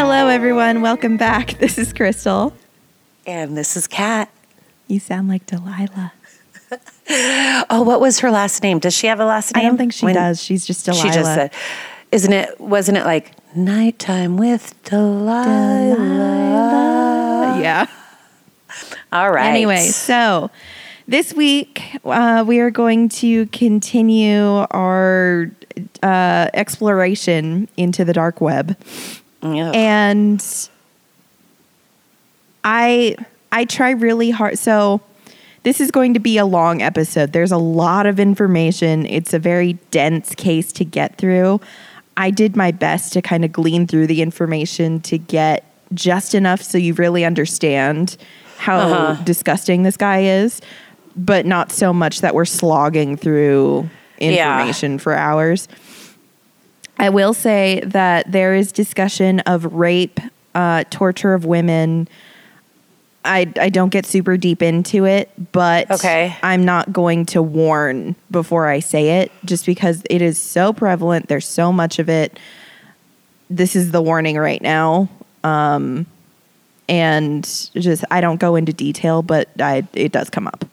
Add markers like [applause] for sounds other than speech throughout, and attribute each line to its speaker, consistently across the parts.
Speaker 1: everyone. Welcome back. [laughs] This is Crystal.
Speaker 2: And this is Kat.
Speaker 1: You sound like Delilah.
Speaker 2: Oh, what was her last name? Does she have a last
Speaker 1: I
Speaker 2: name?
Speaker 1: don't think she
Speaker 2: When-
Speaker 1: does. She's just Delilah.
Speaker 2: She just said, isn't it, wasn't it like nighttime with Delilah?
Speaker 1: yeah.
Speaker 2: All right.
Speaker 1: Ah. Anyway, so this week uh, we are going to continue our uh, exploration into the dark web.
Speaker 2: Ugh.
Speaker 1: and i i try really hard so this is going to be a long episode there's a lot of information it's a very dense case to get through i did my best to kind of glean through the information to get just enough so you really understand how disgusting this guy is but not so much that we're slogging through
Speaker 2: Yeah.
Speaker 1: information for hours I will say that there is discussion of rape, uh, torture of women. I, I don't get super deep into it, but
Speaker 2: Okay.
Speaker 1: I'm not going to warn before I say it just because it is so prevalent. There's so much of it. This is the warning right now. Um, and just, I don't go into detail, but I, it does come up.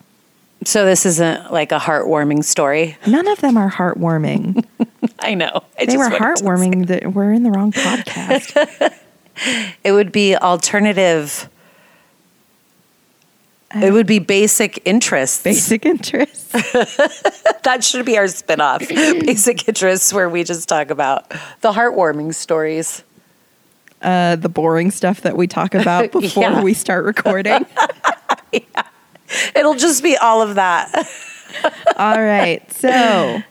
Speaker 2: so this isn't like a heartwarming story. [laughs]
Speaker 1: None of them are heartwarming.
Speaker 2: I know. I
Speaker 1: they
Speaker 2: just
Speaker 1: were
Speaker 2: wanted to-
Speaker 1: heartwarming. That we're in the wrong podcast.
Speaker 2: [laughs] It would be alternative. It would be basic interests.
Speaker 1: basic interests.
Speaker 2: [laughs] That should be
Speaker 1: [laughs]
Speaker 2: our spinoff. basic interests, where we just talk about the heartwarming stories.
Speaker 1: Uh, the boring stuff that we talk about before
Speaker 2: [laughs] Yeah.
Speaker 1: we start
Speaker 2: [laughs]
Speaker 1: recording.
Speaker 2: It'll just be all of that. [laughs]
Speaker 1: All right. So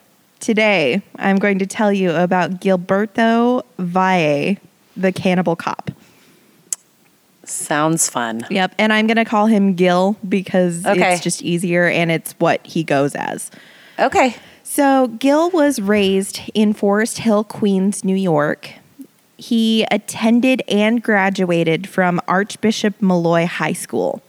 Speaker 1: today I'm going to tell you about Gilberto Valle, the cannibal cop.
Speaker 2: Sounds fun.
Speaker 1: Yep. And I'm going to call him Gil because
Speaker 2: Okay.
Speaker 1: it's just easier and it's what he goes as.
Speaker 2: Okay.
Speaker 1: So, Gill was raised in Forest Hill, Queens, New York. He attended and graduated from Archbishop Malloy High School.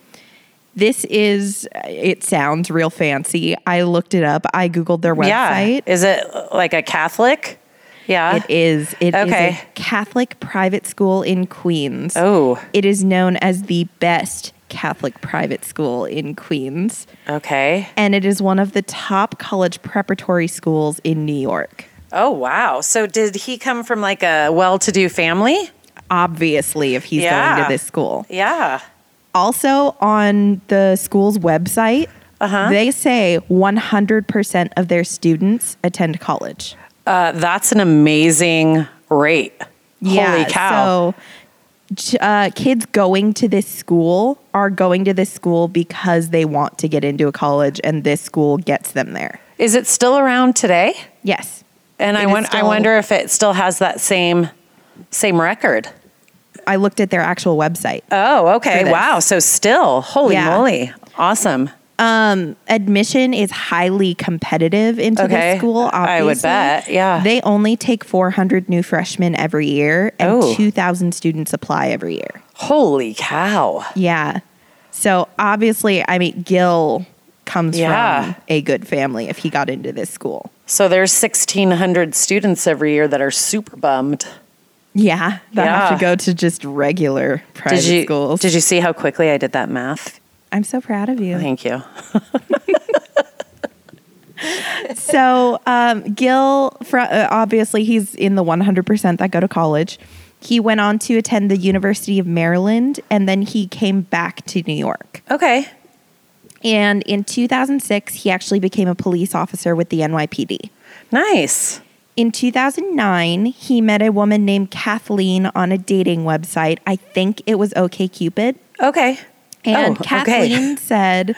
Speaker 1: This is, it sounds real fancy. I looked it up. I Googled their
Speaker 2: Yeah.
Speaker 1: website.
Speaker 2: Is it like a Catholic? Yeah.
Speaker 1: It is. It is
Speaker 2: Okay.
Speaker 1: a Catholic private school in Queens.
Speaker 2: Oh.
Speaker 1: It is known as the best Catholic private school in Queens,
Speaker 2: Okay.
Speaker 1: and it is one of the top college preparatory schools in New York.
Speaker 2: Oh wow. So did he come from like a well-to-do family?
Speaker 1: obviously if he's going
Speaker 2: Yeah.
Speaker 1: to this school.
Speaker 2: Yeah.
Speaker 1: Also on the school's website,
Speaker 2: Uh-huh.
Speaker 1: they say 100% of their students attend college.
Speaker 2: Uh, that's an amazing rate. Holy cow.
Speaker 1: So ch- uh, kids going to this school are going to this school because they want to get into a college and this school gets them there.
Speaker 2: Is it still around today?
Speaker 1: Yes.
Speaker 2: And I,
Speaker 1: It is
Speaker 2: won- I
Speaker 1: still-
Speaker 2: wonder if it still has that same same record.
Speaker 1: I looked at their actual website.
Speaker 2: Oh,
Speaker 1: For
Speaker 2: okay.
Speaker 1: this.
Speaker 2: Wow. So still, holy
Speaker 1: Yeah.
Speaker 2: moly. Awesome.
Speaker 1: admission is highly competitive into
Speaker 2: Okay.
Speaker 1: this school. Obviously.
Speaker 2: I would bet, yeah.
Speaker 1: They only take 400 new freshmen every year, and
Speaker 2: Oh.
Speaker 1: 2,000 students apply every year.
Speaker 2: Holy cow.
Speaker 1: Yeah. So obviously, I mean, Gil comes
Speaker 2: Yeah.
Speaker 1: from a good family if he got into this school.
Speaker 2: So there's 1600 students every year that are super bummed.
Speaker 1: Yeah, that have
Speaker 2: Yeah.
Speaker 1: to go to just regular private
Speaker 2: Did you
Speaker 1: schools.
Speaker 2: did you see how quickly I did that math?
Speaker 1: I'm so proud of you.
Speaker 2: Thank you.
Speaker 1: so um, Gil, fr- uh, obviously, he's in the 100% that go to college. He went on to attend the University of Maryland, and then he came back to New York.
Speaker 2: Okay.
Speaker 1: And in 2006, he actually became a police officer with the NYPD.
Speaker 2: Nice.
Speaker 1: In 2009, he met a woman named Kathleen on a dating website. I think it was OKCupid.
Speaker 2: Okay.
Speaker 1: And
Speaker 2: Oh, okay.
Speaker 1: Kathleen
Speaker 2: [laughs]
Speaker 1: said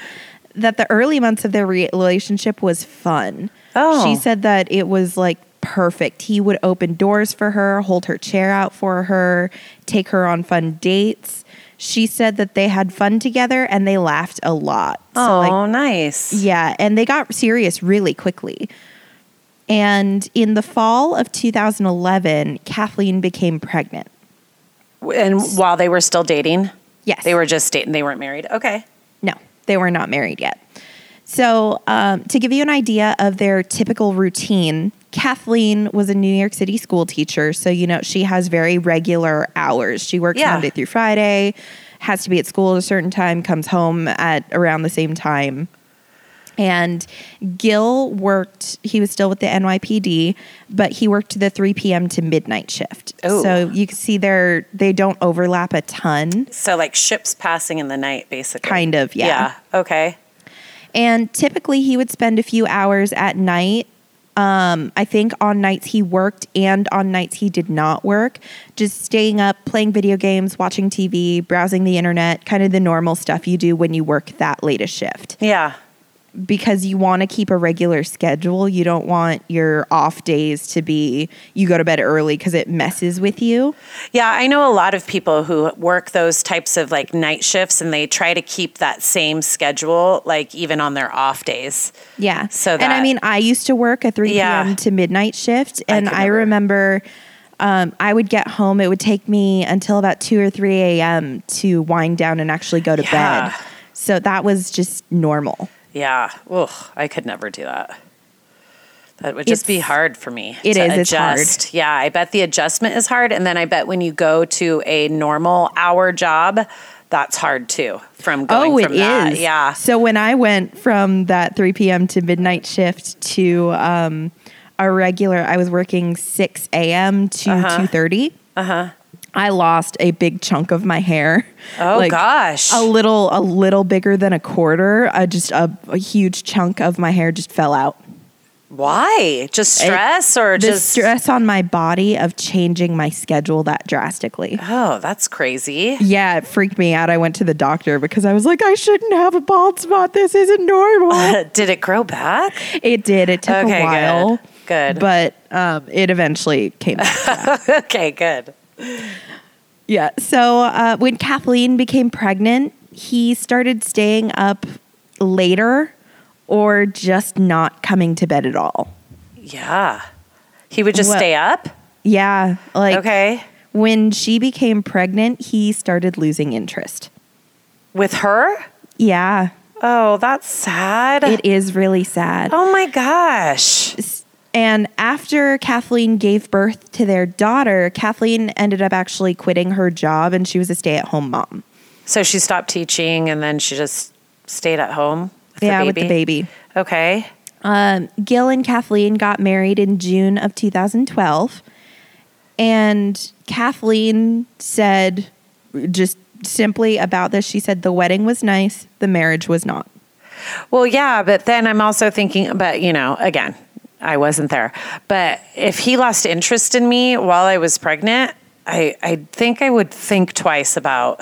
Speaker 1: that the early months of their re- relationship was fun.
Speaker 2: Oh.
Speaker 1: She said that it was like perfect. He would open doors for her, hold her chair out for her, take her on fun dates. She said that they had fun together and they laughed a lot.
Speaker 2: Oh,
Speaker 1: like,
Speaker 2: nice.
Speaker 1: yeah, and they got serious really quickly. And in the fall of 2011, Kathleen became pregnant.
Speaker 2: And while they were still dating,
Speaker 1: Yes.
Speaker 2: they were just dating. They weren't married. Okay.
Speaker 1: No, they were not married yet. So, um, to give you an idea of their typical routine, Kathleen was a New York City school teacher. So, you know, she has very regular hours. She works
Speaker 2: Yeah.
Speaker 1: Monday through Friday, has to be at school at a certain time, comes home at around the same time. And Gil worked, he was still with the NYPD, but he worked the 3 p.m. to midnight shift.
Speaker 2: Oh.
Speaker 1: So you can see they're, they don't overlap a ton,
Speaker 2: So like ships passing in the night, basically.
Speaker 1: kind of, yeah.
Speaker 2: yeah. Okay.
Speaker 1: And typically he would spend a few hours at night. Um, I think on nights he worked and on nights he did not work, just staying up, playing video games, watching TV, browsing the internet, kind of the normal stuff you do when you work that late a shift.
Speaker 2: Yeah.
Speaker 1: Because you want to keep a regular schedule. You don't want your off days to be you go to bed early because it messes with you.
Speaker 2: Yeah, I know a lot of people who work those types of like night shifts and they try to keep that same schedule, like even on their off days.
Speaker 1: Yeah.
Speaker 2: So
Speaker 1: and I
Speaker 2: that-
Speaker 1: mean, I used to work a 3
Speaker 2: Yeah.
Speaker 1: p.m. to midnight shift, and
Speaker 2: could
Speaker 1: I, remember um, I would get home. It would take me until about 2 or 3 a.m. to wind down and actually go to
Speaker 2: Yeah.
Speaker 1: bed. So that was just normal.
Speaker 2: Yeah. Ugh, I could never do that. That would just
Speaker 1: It's-
Speaker 2: be hard for me.
Speaker 1: it
Speaker 2: to
Speaker 1: is, it's hard.
Speaker 2: adjust. Yeah, I bet the adjustment is hard. And then I bet when you go to a normal hour job, that's hard too. From going
Speaker 1: oh, it
Speaker 2: from
Speaker 1: is.
Speaker 2: that. Yeah.
Speaker 1: So when I went from that 3 p.m. to midnight shift to um, a regular, I was working 6 a.m. to
Speaker 2: Uh-huh.
Speaker 1: 2:30. Uh huh. I lost a big chunk of my hair.
Speaker 2: Oh
Speaker 1: Like,
Speaker 2: gosh.
Speaker 1: a little a little bigger than a quarter uh, just a, a huge chunk of my hair just fell out
Speaker 2: Why? Just stress or
Speaker 1: the
Speaker 2: just
Speaker 1: stress on my body of changing my schedule that drastically
Speaker 2: Oh, that's crazy.
Speaker 1: yeah it freaked me out i went to the doctor because i was like i shouldn't have a bald spot this isn't normal
Speaker 2: [laughs] Did it grow back?
Speaker 1: [laughs] it did it took
Speaker 2: Okay,
Speaker 1: a
Speaker 2: good.
Speaker 1: while
Speaker 2: Good.
Speaker 1: but um, it eventually came back. [laughs]
Speaker 2: [laughs] okay, good.
Speaker 1: Yeah. So uh, when Kathleen became pregnant, he started staying up later or just not coming to bed at all.
Speaker 2: Yeah. He would just
Speaker 1: What-
Speaker 2: stay up?
Speaker 1: Yeah. Like,
Speaker 2: okay.
Speaker 1: when she became pregnant, he started losing interest.
Speaker 2: With her?
Speaker 1: Yeah.
Speaker 2: Oh, that's sad.
Speaker 1: It is really sad.
Speaker 2: oh my gosh.
Speaker 1: And after Kathleen gave birth to their daughter, Kathleen ended up actually quitting her job and she was a stay at home mom.
Speaker 2: So she stopped teaching and then she just stayed at home with
Speaker 1: yeah,
Speaker 2: the
Speaker 1: with the
Speaker 2: baby.
Speaker 1: baby.
Speaker 2: Okay.
Speaker 1: Um, Gil and Kathleen got married in June of 2012. And Kathleen said, just simply about this, she said, the wedding was nice, the marriage was not.
Speaker 2: Well, yeah, but then I'm also thinking about, you know, again, I wasn't there. But if he lost interest in me while I was pregnant, I I think I would think twice about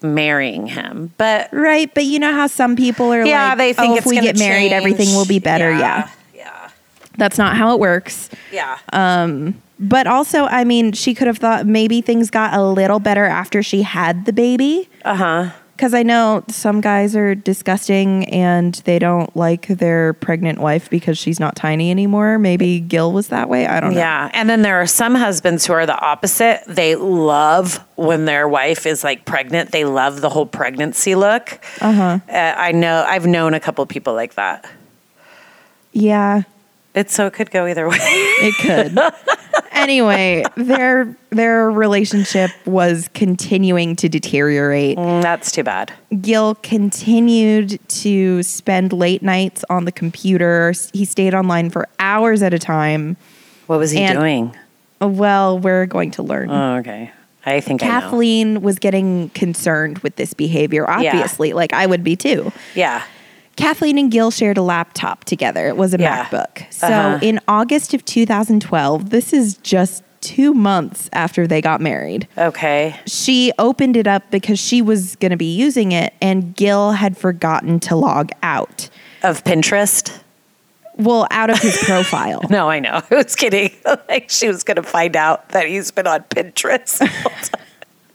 Speaker 2: marrying him. But
Speaker 1: Right, but you know how some people are
Speaker 2: yeah,
Speaker 1: like,
Speaker 2: they think
Speaker 1: oh,
Speaker 2: it's
Speaker 1: if we
Speaker 2: gonna
Speaker 1: get married,
Speaker 2: change.
Speaker 1: everything will be better. Yeah.
Speaker 2: Yeah.
Speaker 1: that's not how it works.
Speaker 2: Yeah.
Speaker 1: But also, I mean, she could have thought maybe things got a little better after she had the baby.
Speaker 2: Uh huh.
Speaker 1: Because I know some guys are disgusting and they don't like their pregnant wife because she's not tiny anymore. Maybe Gil was that way. I don't know.
Speaker 2: Yeah. And then there are some husbands who are the opposite. They love when their wife is like pregnant, they love the whole pregnancy look.
Speaker 1: Uh-huh.
Speaker 2: Uh, I know, I've known a couple people like that.
Speaker 1: Yeah,
Speaker 2: It's so it could go either [laughs] way.
Speaker 1: it
Speaker 2: [laughs]
Speaker 1: could. anyway, their their relationship was continuing to deteriorate.
Speaker 2: Mm, That's too bad.
Speaker 1: Gil continued to spend late nights on the computer. S- He stayed online for hours at a time.
Speaker 2: What was he
Speaker 1: And-
Speaker 2: doing?
Speaker 1: Well, we're going to learn.
Speaker 2: Oh, okay. I think I know.
Speaker 1: Kathleen was getting concerned with this behavior, obviously, like I would be too.
Speaker 2: Yeah.
Speaker 1: Kathleen and Gil shared a laptop together. It was a
Speaker 2: Yeah.
Speaker 1: MacBook. So
Speaker 2: Uh-huh.
Speaker 1: in August of 2012, this is just two months after they got married,
Speaker 2: Okay.
Speaker 1: she opened it up because she was going to be using it, and Gil had forgotten to log out.
Speaker 2: Of Pinterest?
Speaker 1: Well, out of
Speaker 2: [laughs]
Speaker 1: his profile.
Speaker 2: No, I know. [laughs] I was kidding. like she was going to find out that he's been on Pinterest.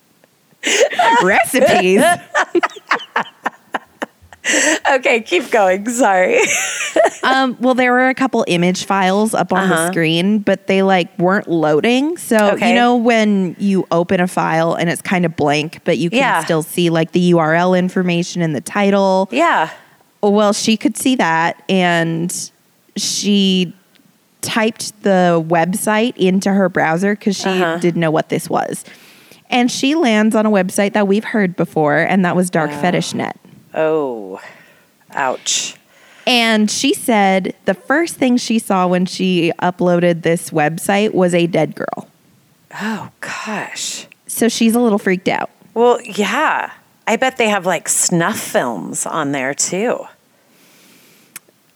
Speaker 2: [laughs]
Speaker 1: Recipes.
Speaker 2: okay, keep going. Sorry.
Speaker 1: [laughs]
Speaker 2: [laughs]
Speaker 1: Um, well, there were a couple image files up on the screen, but they like weren't loading. So
Speaker 2: Uh-huh. Okay.
Speaker 1: you know when you open a file and it's kind of blank, but you can
Speaker 2: Yeah.
Speaker 1: still see like the URL information and the title.
Speaker 2: yeah.
Speaker 1: Well, she could see that and she typed the website into her browser because she
Speaker 2: Uh-huh.
Speaker 1: didn't know what this was. And she lands on a website that we've heard before, and that was Dark Fetish Net.
Speaker 2: Oh, ouch.
Speaker 1: And she said the first thing she saw when she uploaded this website was a dead girl.
Speaker 2: Oh, gosh.
Speaker 1: So she's a little freaked out.
Speaker 2: Well, yeah. I bet they have like snuff films on there too.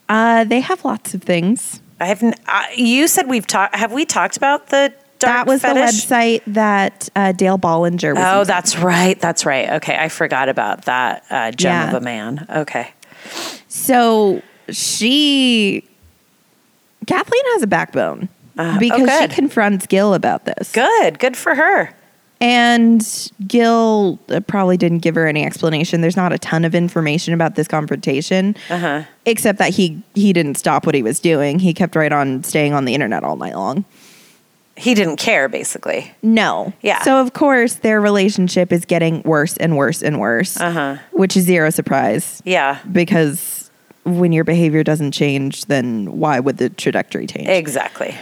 Speaker 1: Uh, they have lots of things.
Speaker 2: I have. n I you said we've talked. Have we talked about the dark
Speaker 1: that was
Speaker 2: fetish?
Speaker 1: the website that uh, Dale Bollinger was.
Speaker 2: Oh,
Speaker 1: using.
Speaker 2: that's right. That's right. Okay, I forgot about that uh, gem
Speaker 1: Yeah.
Speaker 2: of a man. Okay.
Speaker 1: So she, Kathleen has a backbone
Speaker 2: Uh, oh,
Speaker 1: because she
Speaker 2: good.
Speaker 1: confronts Gil about this.
Speaker 2: Good. Good for her.
Speaker 1: And Gil uh, probably didn't give her any explanation. There's not a ton of information about this confrontation,
Speaker 2: Uh-huh.
Speaker 1: except that he he didn't stop what he was doing. He kept right on staying on the internet all night long.
Speaker 2: He didn't care, basically.
Speaker 1: No.
Speaker 2: Yeah.
Speaker 1: So of course their relationship is getting worse and worse and worse,
Speaker 2: Uh-huh.
Speaker 1: which is zero surprise
Speaker 2: Yeah.
Speaker 1: because when your behavior doesn't change, then why would the trajectory change?
Speaker 2: Exactly.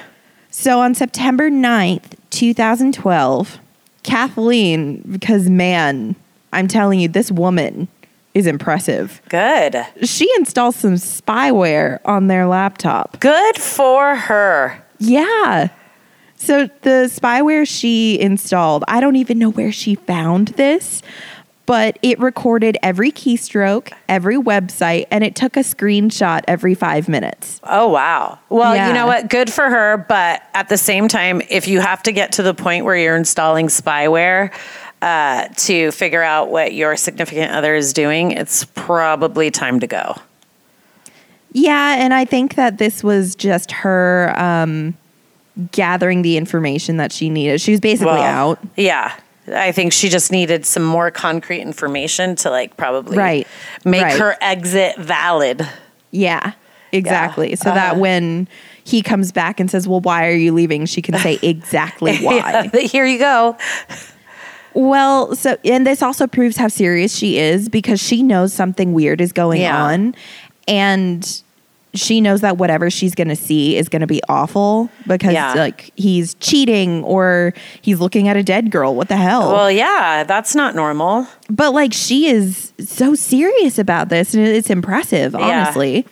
Speaker 1: So on September 9th, 2012, Kathleen, because man, I'm telling you, this woman is impressive.
Speaker 2: Good.
Speaker 1: She installs some spyware on their laptop.
Speaker 2: Good for her.
Speaker 1: Yeah. So the spyware she installed, I don't even know where she found this, but it recorded every keystroke, every website, and it took a screenshot every five minutes.
Speaker 2: Oh, wow. Well,
Speaker 1: Yeah.
Speaker 2: you know what? Good for her. But at the same time, if you have to get to the point where you're installing spyware uh, to figure out what your significant other is doing, it's probably time to go.
Speaker 1: Yeah, and I think that this was just her um, gathering the information that she needed. She was basically
Speaker 2: Well,
Speaker 1: out.
Speaker 2: Yeah. I think she just needed some more concrete information to like probably
Speaker 1: Right.
Speaker 2: make
Speaker 1: Right.
Speaker 2: her exit valid. [laughs]
Speaker 1: Yeah, exactly. So that
Speaker 2: Uh-huh.
Speaker 1: when he comes back and says, "Well, why are you leaving?" she can say
Speaker 2: [laughs]
Speaker 1: exactly why.
Speaker 2: Here you go.
Speaker 1: Well, so and this also proves how serious she is because she knows something weird is going
Speaker 2: Yeah.
Speaker 1: on, and she knows that whatever she's going to see is going to be awful because
Speaker 2: Yeah.
Speaker 1: like he's cheating or he's looking at a dead girl. What the hell?
Speaker 2: Well, yeah, that's not normal.
Speaker 1: but like she is so serious about this and it's impressive honestly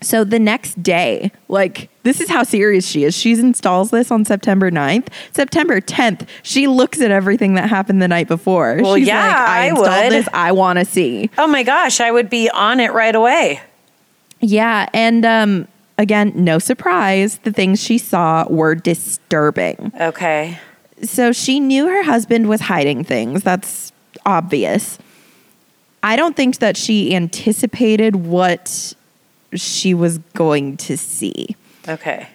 Speaker 1: so the next day like this is how serious she is she installs this on september 9th september 10th she looks at everything that happened the night before
Speaker 2: Well,
Speaker 1: she's
Speaker 2: yeah,
Speaker 1: like i
Speaker 2: I
Speaker 1: installed
Speaker 2: would."
Speaker 1: this i want to see
Speaker 2: Oh my gosh, I would be on it right away.
Speaker 1: yeah and um again no surprise the things she saw were disturbing
Speaker 2: Okay.
Speaker 1: so she knew her husband was hiding things. That's obvious. I don't think that she anticipated what she was going to see.
Speaker 2: Okay.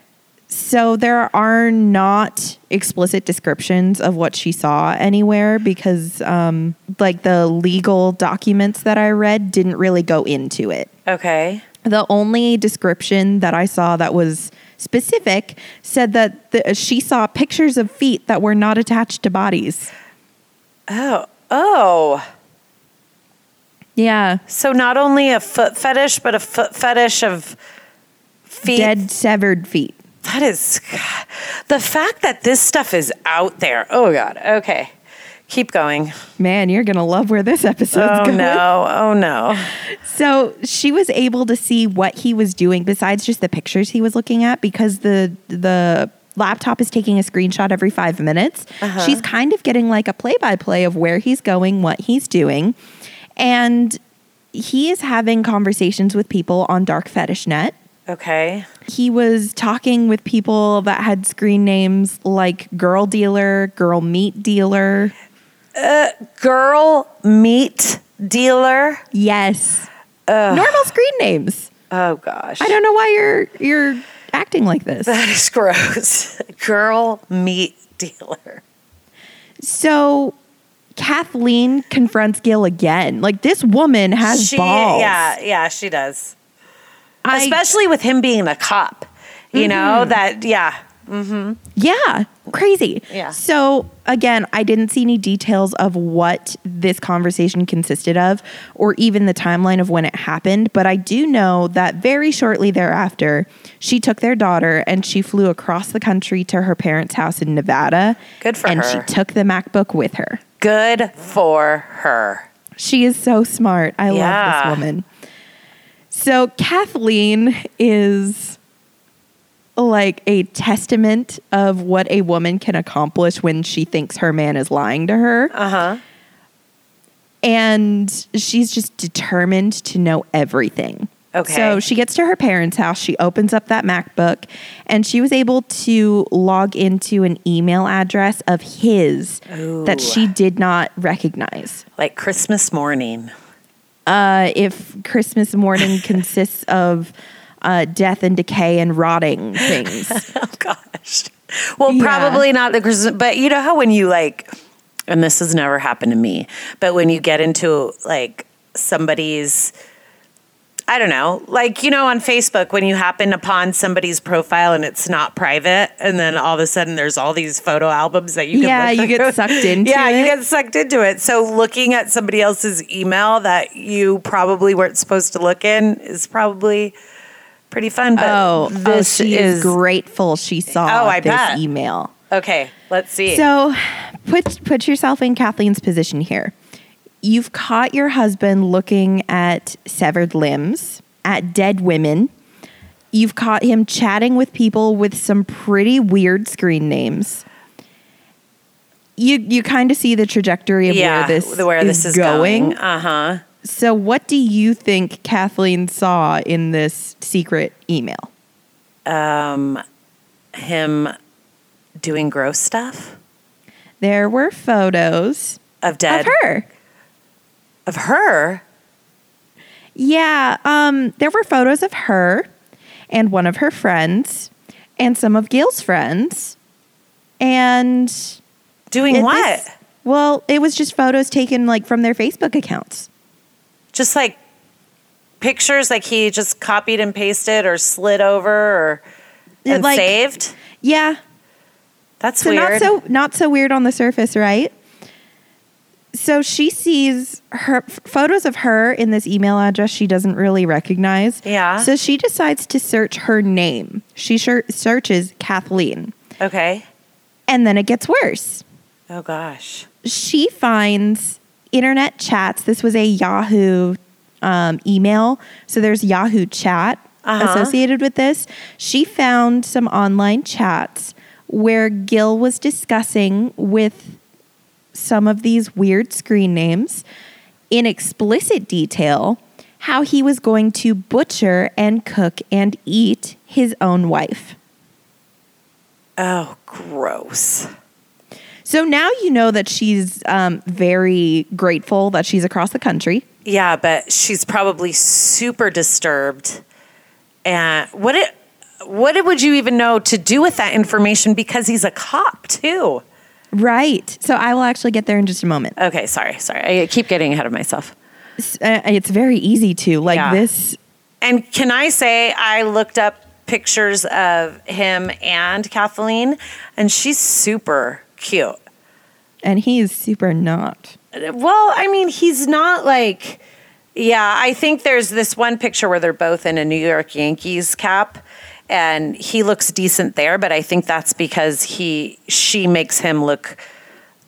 Speaker 1: So there are not explicit descriptions of what she saw anywhere because, um, like, the legal documents that I read didn't really go into it.
Speaker 2: Okay.
Speaker 1: The only description that I saw that was specific said that the, she saw pictures of feet that were not attached to bodies.
Speaker 2: Oh, oh.
Speaker 1: Yeah.
Speaker 2: So not only a foot fetish, but a foot fetish of feet.
Speaker 1: Dead severed feet.
Speaker 2: That is the fact that this stuff is out there. Oh God. Okay. Keep going.
Speaker 1: Man, you're going to love where this episode's
Speaker 2: Oh
Speaker 1: going.
Speaker 2: no. Oh no.
Speaker 1: So she was able to see what he was doing besides just the pictures he was looking at because the the laptop is taking a screenshot every 5 minutes.
Speaker 2: Uh-huh.
Speaker 1: She's kind of getting like a play-by-play of where he's going, what he's doing. And he is having conversations with people on Dark Fetish Net.
Speaker 2: Okay.
Speaker 1: He was talking with people that had screen names like Girl Dealer, Girl Meat Dealer.
Speaker 2: Girl meat dealer.
Speaker 1: Yes. Normal screen names.
Speaker 2: Oh gosh.
Speaker 1: I don't know why you're you're acting like this.
Speaker 2: That is gross. [laughs] Girl meat dealer.
Speaker 1: So Kathleen confronts Gil again. Like this woman has balls.
Speaker 2: Yeah, yeah, she does.
Speaker 1: I- Mm-hmm.
Speaker 2: Especially with him being a cop. You know, that yeah.
Speaker 1: yeah. crazy.
Speaker 2: Yeah.
Speaker 1: So again, I didn't see any details of what this conversation consisted of or even the timeline of when it happened, but I do know that very shortly thereafter, she took their daughter and she flew across the country to her parents' house in Nevada.
Speaker 2: Good for
Speaker 1: and
Speaker 2: her.
Speaker 1: she took the MacBook with her.
Speaker 2: Good for her.
Speaker 1: She is so smart. I
Speaker 2: Yeah.
Speaker 1: love this woman. So Kathleen is like a testament of what a woman can accomplish when she thinks her man is lying to her.
Speaker 2: Uh huh.
Speaker 1: And she's just determined to know everything.
Speaker 2: Okay.
Speaker 1: So she gets to her parents' house, she opens up that MacBook, and she was able to log into an email address of his that
Speaker 2: Ooh.
Speaker 1: she did not recognize.
Speaker 2: Like Christmas morning.
Speaker 1: uh, if Christmas
Speaker 2: [laughs]
Speaker 1: morning consists of uh, death and decay and rotting
Speaker 2: [laughs]
Speaker 1: things.
Speaker 2: Oh gosh. Well,
Speaker 1: Yeah.
Speaker 2: probably not the Christmas, but you know how when you like, and this has never happened to me, but when you get into like somebody's, I don't know, like you know on Facebook when you happen upon somebody's profile and it's not private, and then all of a sudden there's all these photo albums that you can
Speaker 1: Yeah,
Speaker 2: look
Speaker 1: you get
Speaker 2: through.
Speaker 1: sucked into
Speaker 2: [laughs] yeah you
Speaker 1: it.
Speaker 2: get sucked into it. So looking at somebody else's email that you probably weren't supposed to look in is probably pretty fun. But
Speaker 1: oh, oh,
Speaker 2: this
Speaker 1: she is, grateful she saw
Speaker 2: Oh, I
Speaker 1: this
Speaker 2: bet.
Speaker 1: email.
Speaker 2: Okay, let's see.
Speaker 1: So put put yourself in Kathleen's position here. You've caught your husband looking at severed limbs, at dead women. You've caught him chatting with people with some pretty weird screen names. You you kind of see the trajectory of
Speaker 2: yeah,
Speaker 1: where this
Speaker 2: where
Speaker 1: is
Speaker 2: this is going.
Speaker 1: going.
Speaker 2: Uh huh.
Speaker 1: So what do you think Kathleen saw in this secret email?
Speaker 2: Um, Him doing gross stuff
Speaker 1: There were photos
Speaker 2: of dead
Speaker 1: of her.
Speaker 2: Of her?
Speaker 1: Yeah, um, there were photos of her and one of her friends and some of Gail's friends. And
Speaker 2: doing
Speaker 1: it-
Speaker 2: what?
Speaker 1: this- well, it was just photos taken like from their Facebook accounts.
Speaker 2: just like pictures, like he just copied and pasted or slid over or
Speaker 1: Yeah,
Speaker 2: and
Speaker 1: like-
Speaker 2: saved.
Speaker 1: Yeah.
Speaker 2: That's
Speaker 1: So not
Speaker 2: weird.
Speaker 1: so not so weird on the surface, right? So she sees her f- photos of her in this email address she doesn't really recognize.
Speaker 2: Yeah.
Speaker 1: So she decides to search her name. She ser- searches Kathleen,
Speaker 2: okay.
Speaker 1: and then it gets worse.
Speaker 2: Oh gosh.
Speaker 1: she finds internet chats. This was a Yahoo um, email. So there's Yahoo chat
Speaker 2: Uh-huh.
Speaker 1: associated with this. She found some online chats where Gil was discussing with some of these weird screen names in explicit detail how he was going to butcher and cook and eat his own wife.
Speaker 2: Oh, gross.
Speaker 1: So now you know that she's um, very grateful that she's across the country.
Speaker 2: Yeah, but she's probably super disturbed. And what it, what it- would you even know to do with that information? Because he's a cop too.
Speaker 1: Right. So I will actually get there in just a moment.
Speaker 2: Okay, sorry, sorry. I keep getting ahead of myself.
Speaker 1: S- uh, It's very easy to like
Speaker 2: Yeah.
Speaker 1: this.
Speaker 2: And can I say I looked up pictures of him and Kathleen, and she's super cute.
Speaker 1: And he is super not.
Speaker 2: Well, I mean, he's not like, yeah, I think there's this one picture where they're both in a New York Yankees cap. And he looks decent there, but I think that's because he she makes him look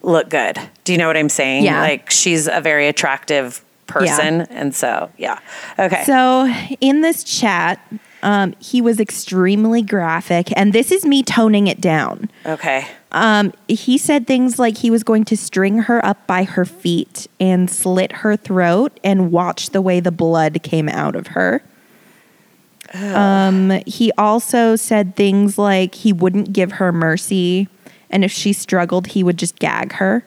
Speaker 2: look good. Do you know what I'm saying?
Speaker 1: Yeah.
Speaker 2: Like she's a very attractive person, and so yeah. Okay.
Speaker 1: So in this chat, um, he was extremely graphic, and this is me toning it down.
Speaker 2: okay.
Speaker 1: Um, he said things like he was going to string her up by her feet and slit her throat and watch the way the blood came out of her. Um, he also said things like he wouldn't give her mercy, and if she struggled, he would just gag her.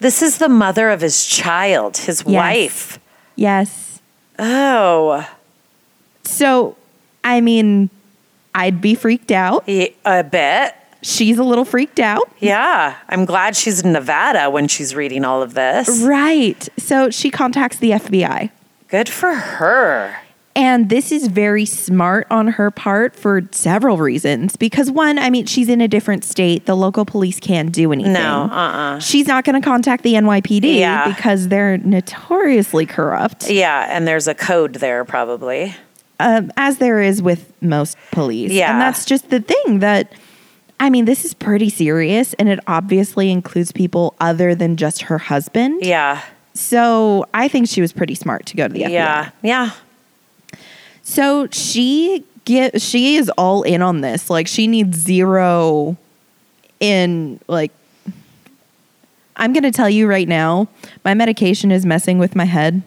Speaker 2: This is the mother of his child, his
Speaker 1: Yes.
Speaker 2: wife.
Speaker 1: Yes.
Speaker 2: Oh,
Speaker 1: So, I mean, I'd be freaked out.
Speaker 2: y- a bit.
Speaker 1: She's a little freaked out.
Speaker 2: Yeah. I'm glad she's in Nevada when she's reading all of this.
Speaker 1: Right. So she contacts the FBI.
Speaker 2: Good for her.
Speaker 1: And this is very smart on her part for several reasons. Because, one, I mean, she's in a different state. The local police can't do anything.
Speaker 2: No, uh-uh.
Speaker 1: She's not going to contact the NYPD
Speaker 2: Yeah.
Speaker 1: because they're notoriously corrupt,
Speaker 2: Yeah, and there's a code there probably.
Speaker 1: um, as there is with most police.
Speaker 2: Yeah.
Speaker 1: And that's just the thing that, I mean, this is pretty serious. And it obviously includes people other than just her husband.
Speaker 2: Yeah.
Speaker 1: So I think she was pretty smart to go to the FBI.
Speaker 2: Yeah. Yeah.
Speaker 1: So she get she is all in on this. Like she needs zero in like I'm going to tell you right now, my medication is messing with my
Speaker 2: [laughs]
Speaker 1: head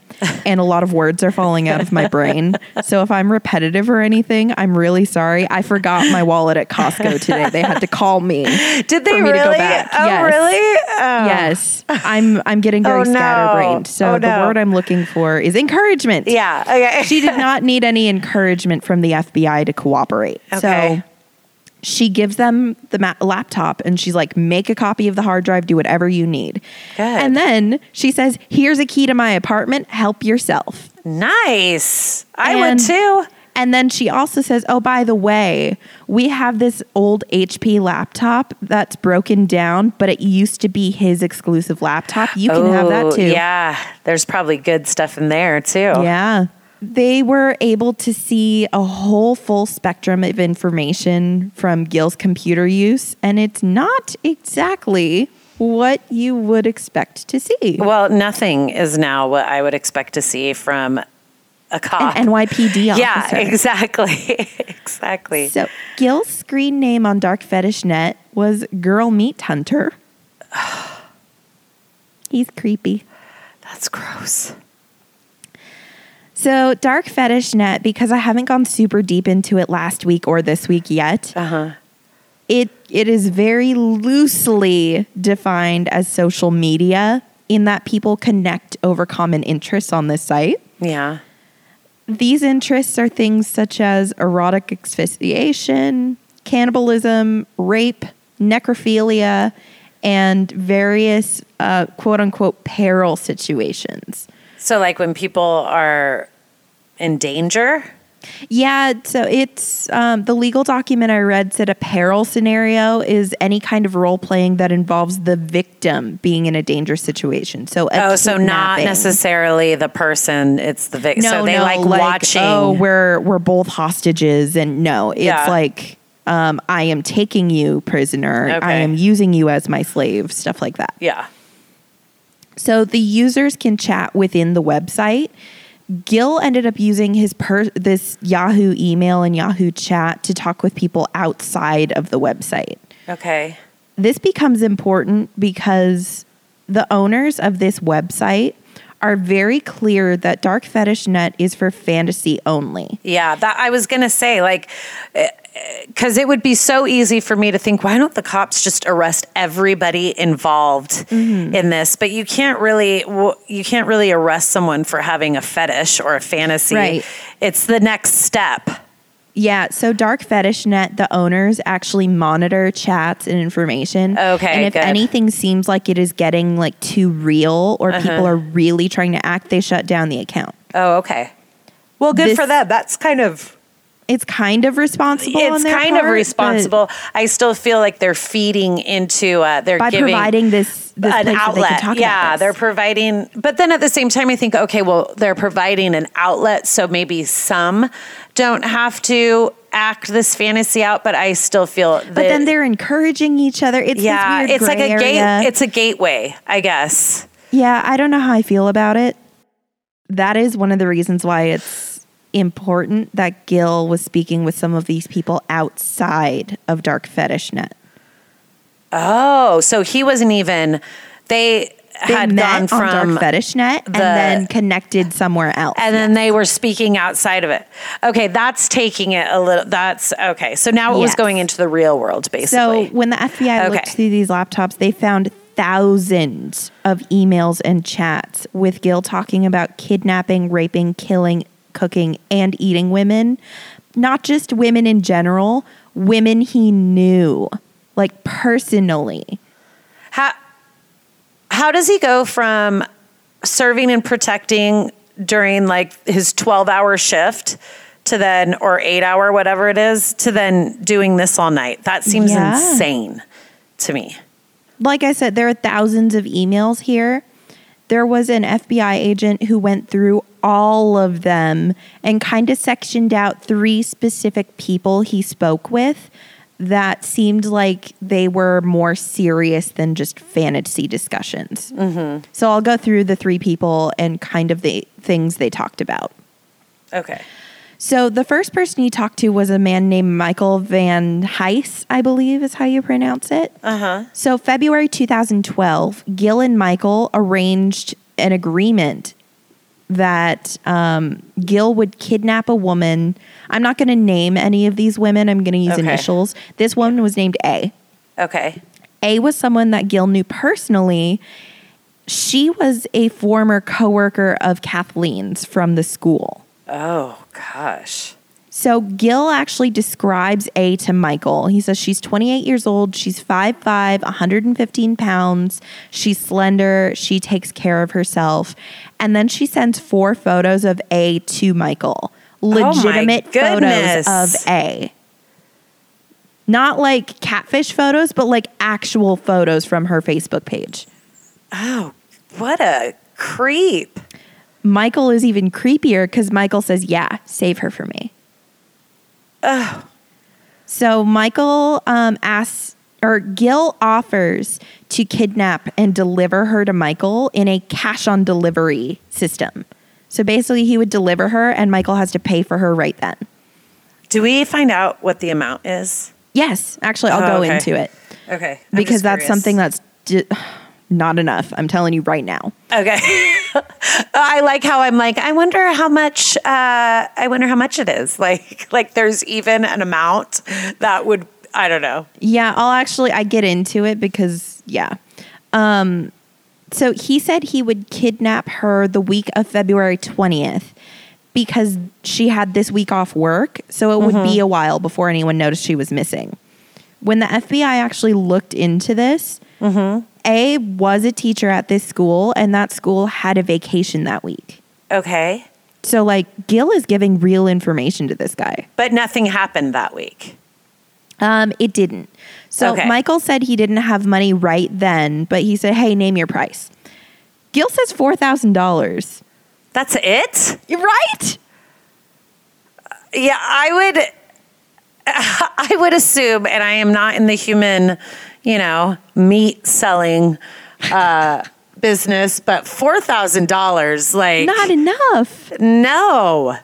Speaker 1: and a lot of words are falling out of my brain. So if I'm repetitive or anything, I'm really sorry. I forgot my wallet at Costco today. They had to call
Speaker 2: [laughs]
Speaker 1: me.
Speaker 2: Did they
Speaker 1: for me
Speaker 2: really?
Speaker 1: to go back.
Speaker 2: Oh,
Speaker 1: Yes.
Speaker 2: really? Oh.
Speaker 1: Yes. I'm I'm getting very
Speaker 2: Oh, no.
Speaker 1: scatterbrained. So
Speaker 2: Oh,
Speaker 1: the
Speaker 2: no.
Speaker 1: word I'm looking for is encouragement.
Speaker 2: Yeah. Okay.
Speaker 1: she did not need any encouragement from the FBI to cooperate. So
Speaker 2: Okay.
Speaker 1: she gives them the ma- laptop and she's like, make a copy of the hard drive, do whatever you need.
Speaker 2: Good.
Speaker 1: And then she says, here's a key to my apartment, help yourself.
Speaker 2: nice. I
Speaker 1: And-
Speaker 2: would too.
Speaker 1: And then she also says, oh, by the way, we have this old HP laptop that's broken down, but it used to be his exclusive laptop. You can have
Speaker 2: Oh,
Speaker 1: that too.
Speaker 2: Yeah. There's probably good stuff in there too.
Speaker 1: Yeah. They were able to see a whole full spectrum of information from Gill's computer use, and it's not exactly what you would expect to see.
Speaker 2: Well, nothing is now what I would expect to see from a cop.
Speaker 1: An NYPD officer.
Speaker 2: uh, yeah, exactly. [laughs] exactly.
Speaker 1: So Gill's screen name on Dark Fetish Net was Girl Meat
Speaker 2: [sighs]
Speaker 1: Hunter. He's creepy.
Speaker 2: That's gross.
Speaker 1: So, Dark Fetish Net, because I haven't gone super deep into it last week or this week yet, it, it is very loosely defined as social media in that people connect over common interests on this site.
Speaker 2: Yeah.
Speaker 1: These interests are things such as erotic asphyxiation, cannibalism, rape, necrophilia, and various uh, quote unquote peril situations.
Speaker 2: So, like when people are in danger,
Speaker 1: Yeah, so it's um, the legal document I read said a peril scenario is any kind of role playing that involves the victim being in a dangerous situation. So a
Speaker 2: oh, so not
Speaker 1: kidnapping.
Speaker 2: necessarily the person; it's the victim.
Speaker 1: No,
Speaker 2: so they
Speaker 1: no,
Speaker 2: like, watching.
Speaker 1: Oh, we're we're both hostages, and no, it's
Speaker 2: Yeah.
Speaker 1: like um, I am taking you prisoner. I
Speaker 2: Okay.
Speaker 1: am using you as my slave. Stuff like that.
Speaker 2: yeah,
Speaker 1: So the users can chat within the website. Gil ended up using his per- this Yahoo email and Yahoo chat to talk with people outside of the website.
Speaker 2: okay,
Speaker 1: This becomes important because the owners of this website are very clear that Dark Fetish Net is for fantasy only.
Speaker 2: yeah. That I was gonna say, like, because it would be so easy for me to think, why don't the cops just arrest everybody involved
Speaker 1: Mm-hmm.
Speaker 2: in this? But you can't really, w- you can't really arrest someone for having a fetish or a fantasy.
Speaker 1: Right.
Speaker 2: It's the next step.
Speaker 1: Yeah, so Dark Fetish Net, the owners actually monitor chats and information.
Speaker 2: Okay,
Speaker 1: and if
Speaker 2: good.
Speaker 1: anything seems like it is getting like too real or
Speaker 2: Uh-huh.
Speaker 1: people are really trying to act, they shut down the account.
Speaker 2: Oh, okay. Well, good
Speaker 1: This-
Speaker 2: for them. That's kind of
Speaker 1: It's kind of responsible. on
Speaker 2: it's
Speaker 1: their
Speaker 2: kind
Speaker 1: part,
Speaker 2: of
Speaker 1: but
Speaker 2: responsible. I still feel like they're feeding into uh, they're
Speaker 1: by
Speaker 2: giving
Speaker 1: providing this this
Speaker 2: an
Speaker 1: place that they
Speaker 2: outlet.
Speaker 1: can talk
Speaker 2: yeah,
Speaker 1: about. this.
Speaker 2: they're providing, but then at the same time, I think okay, well, they're providing an outlet, so maybe some don't have to act this fantasy out. But I still feel,
Speaker 1: but then they're encouraging each other. It's
Speaker 2: yeah,
Speaker 1: this weird
Speaker 2: it's like
Speaker 1: gray
Speaker 2: a
Speaker 1: area.
Speaker 2: gate. It's a gateway, I guess.
Speaker 1: Yeah, I don't know how I feel about it. That is one of the reasons why it's important that Gil was speaking with some of these people outside of Dark Fetish Net.
Speaker 2: Oh, so he wasn't even they.
Speaker 1: They
Speaker 2: had gone
Speaker 1: met on
Speaker 2: from
Speaker 1: Dark Fetish Net and
Speaker 2: the-
Speaker 1: then connected somewhere else.
Speaker 2: and then they were speaking outside of it. Okay, that's taking it a little. That's okay. So now it was
Speaker 1: Yes.
Speaker 2: going into the real world,
Speaker 1: so
Speaker 2: basically.
Speaker 1: when the FBI looked
Speaker 2: Okay.
Speaker 1: through these laptops, they found thousands of emails and chats with Gil talking about kidnapping, raping, killing, cooking, and eating women. Not just women in general, women he knew, like personally.
Speaker 2: how how does he go from serving and protecting during like his 12 hour shift to then, or eight hour, whatever it is, to then doing this all night. That seems
Speaker 1: Yeah.
Speaker 2: insane to me.
Speaker 1: like I said, there are thousands of emails here. There was an FBI agent who went through all of them and kind of sectioned out three specific people he spoke with that seemed like they were more serious than just fantasy discussions. So I'll go through the three people and kind of the things they talked about.
Speaker 2: Okay.
Speaker 1: So the first person he talked to was a man named Michael Van Heiss, I believe is how you pronounce it.
Speaker 2: Uh huh.
Speaker 1: So, February 2012, Gil and Michael arranged an agreement that um, Gil would kidnap a woman. I'm not going to name any of these women, I'm going to use
Speaker 2: Okay.
Speaker 1: initials. This woman was named A.
Speaker 2: Okay.
Speaker 1: A was someone that Gil knew personally. She was a former coworker of Kathleen's from the school.
Speaker 2: Oh, gosh.
Speaker 1: So Gil actually describes A to Michael. He says she's 28 years old, she's 5'5, 115 pounds, she's slender, she takes care of herself. And then she sends four photos of A to Michael.
Speaker 2: Oh my
Speaker 1: Legitimate photos
Speaker 2: goodness.
Speaker 1: of A. Not like catfish photos, but like actual photos from her Facebook page.
Speaker 2: Oh, what a creep.
Speaker 1: Michael is even creepier because Michael says, Yeah, save her for me.
Speaker 2: Oh,
Speaker 1: So Michael um, asks, or Gil offers to kidnap and deliver her to Michael in a cash on delivery system. So basically, he would deliver her, and Michael has to pay for her right then.
Speaker 2: do we find out what the amount is?
Speaker 1: Yes, actually, I'll
Speaker 2: Oh,
Speaker 1: go
Speaker 2: okay.
Speaker 1: into it
Speaker 2: Okay. I'm
Speaker 1: because
Speaker 2: just
Speaker 1: that's
Speaker 2: curious.
Speaker 1: something that's d- [sighs] not enough. I'm telling you right now.
Speaker 2: Okay. [laughs] I like how I'm like, I wonder how much uh I wonder how much it is. [laughs] Like like there's even an amount that would I don't know.
Speaker 1: Yeah, I'll actually I get into it because yeah. Um so he said he would kidnap her the week of February 20th because she had this week off work, so it would be a while before anyone noticed she was missing. When the FBI actually looked into this, A was a teacher at this school and that school had a vacation that week.
Speaker 2: Okay.
Speaker 1: So like Gil is giving real information to this guy.
Speaker 2: But nothing happened that week.
Speaker 1: Um, it didn't. So
Speaker 2: Okay.
Speaker 1: Michael said he didn't have money right then, but he said, "Hey, name your price." Gil says four thousand dollars.
Speaker 2: That's it?
Speaker 1: Right?
Speaker 2: Yeah, I would [laughs] I would assume and I am not in the human, you know, meat selling uh [laughs] business, but $4,000 like
Speaker 1: Not enough.
Speaker 2: no.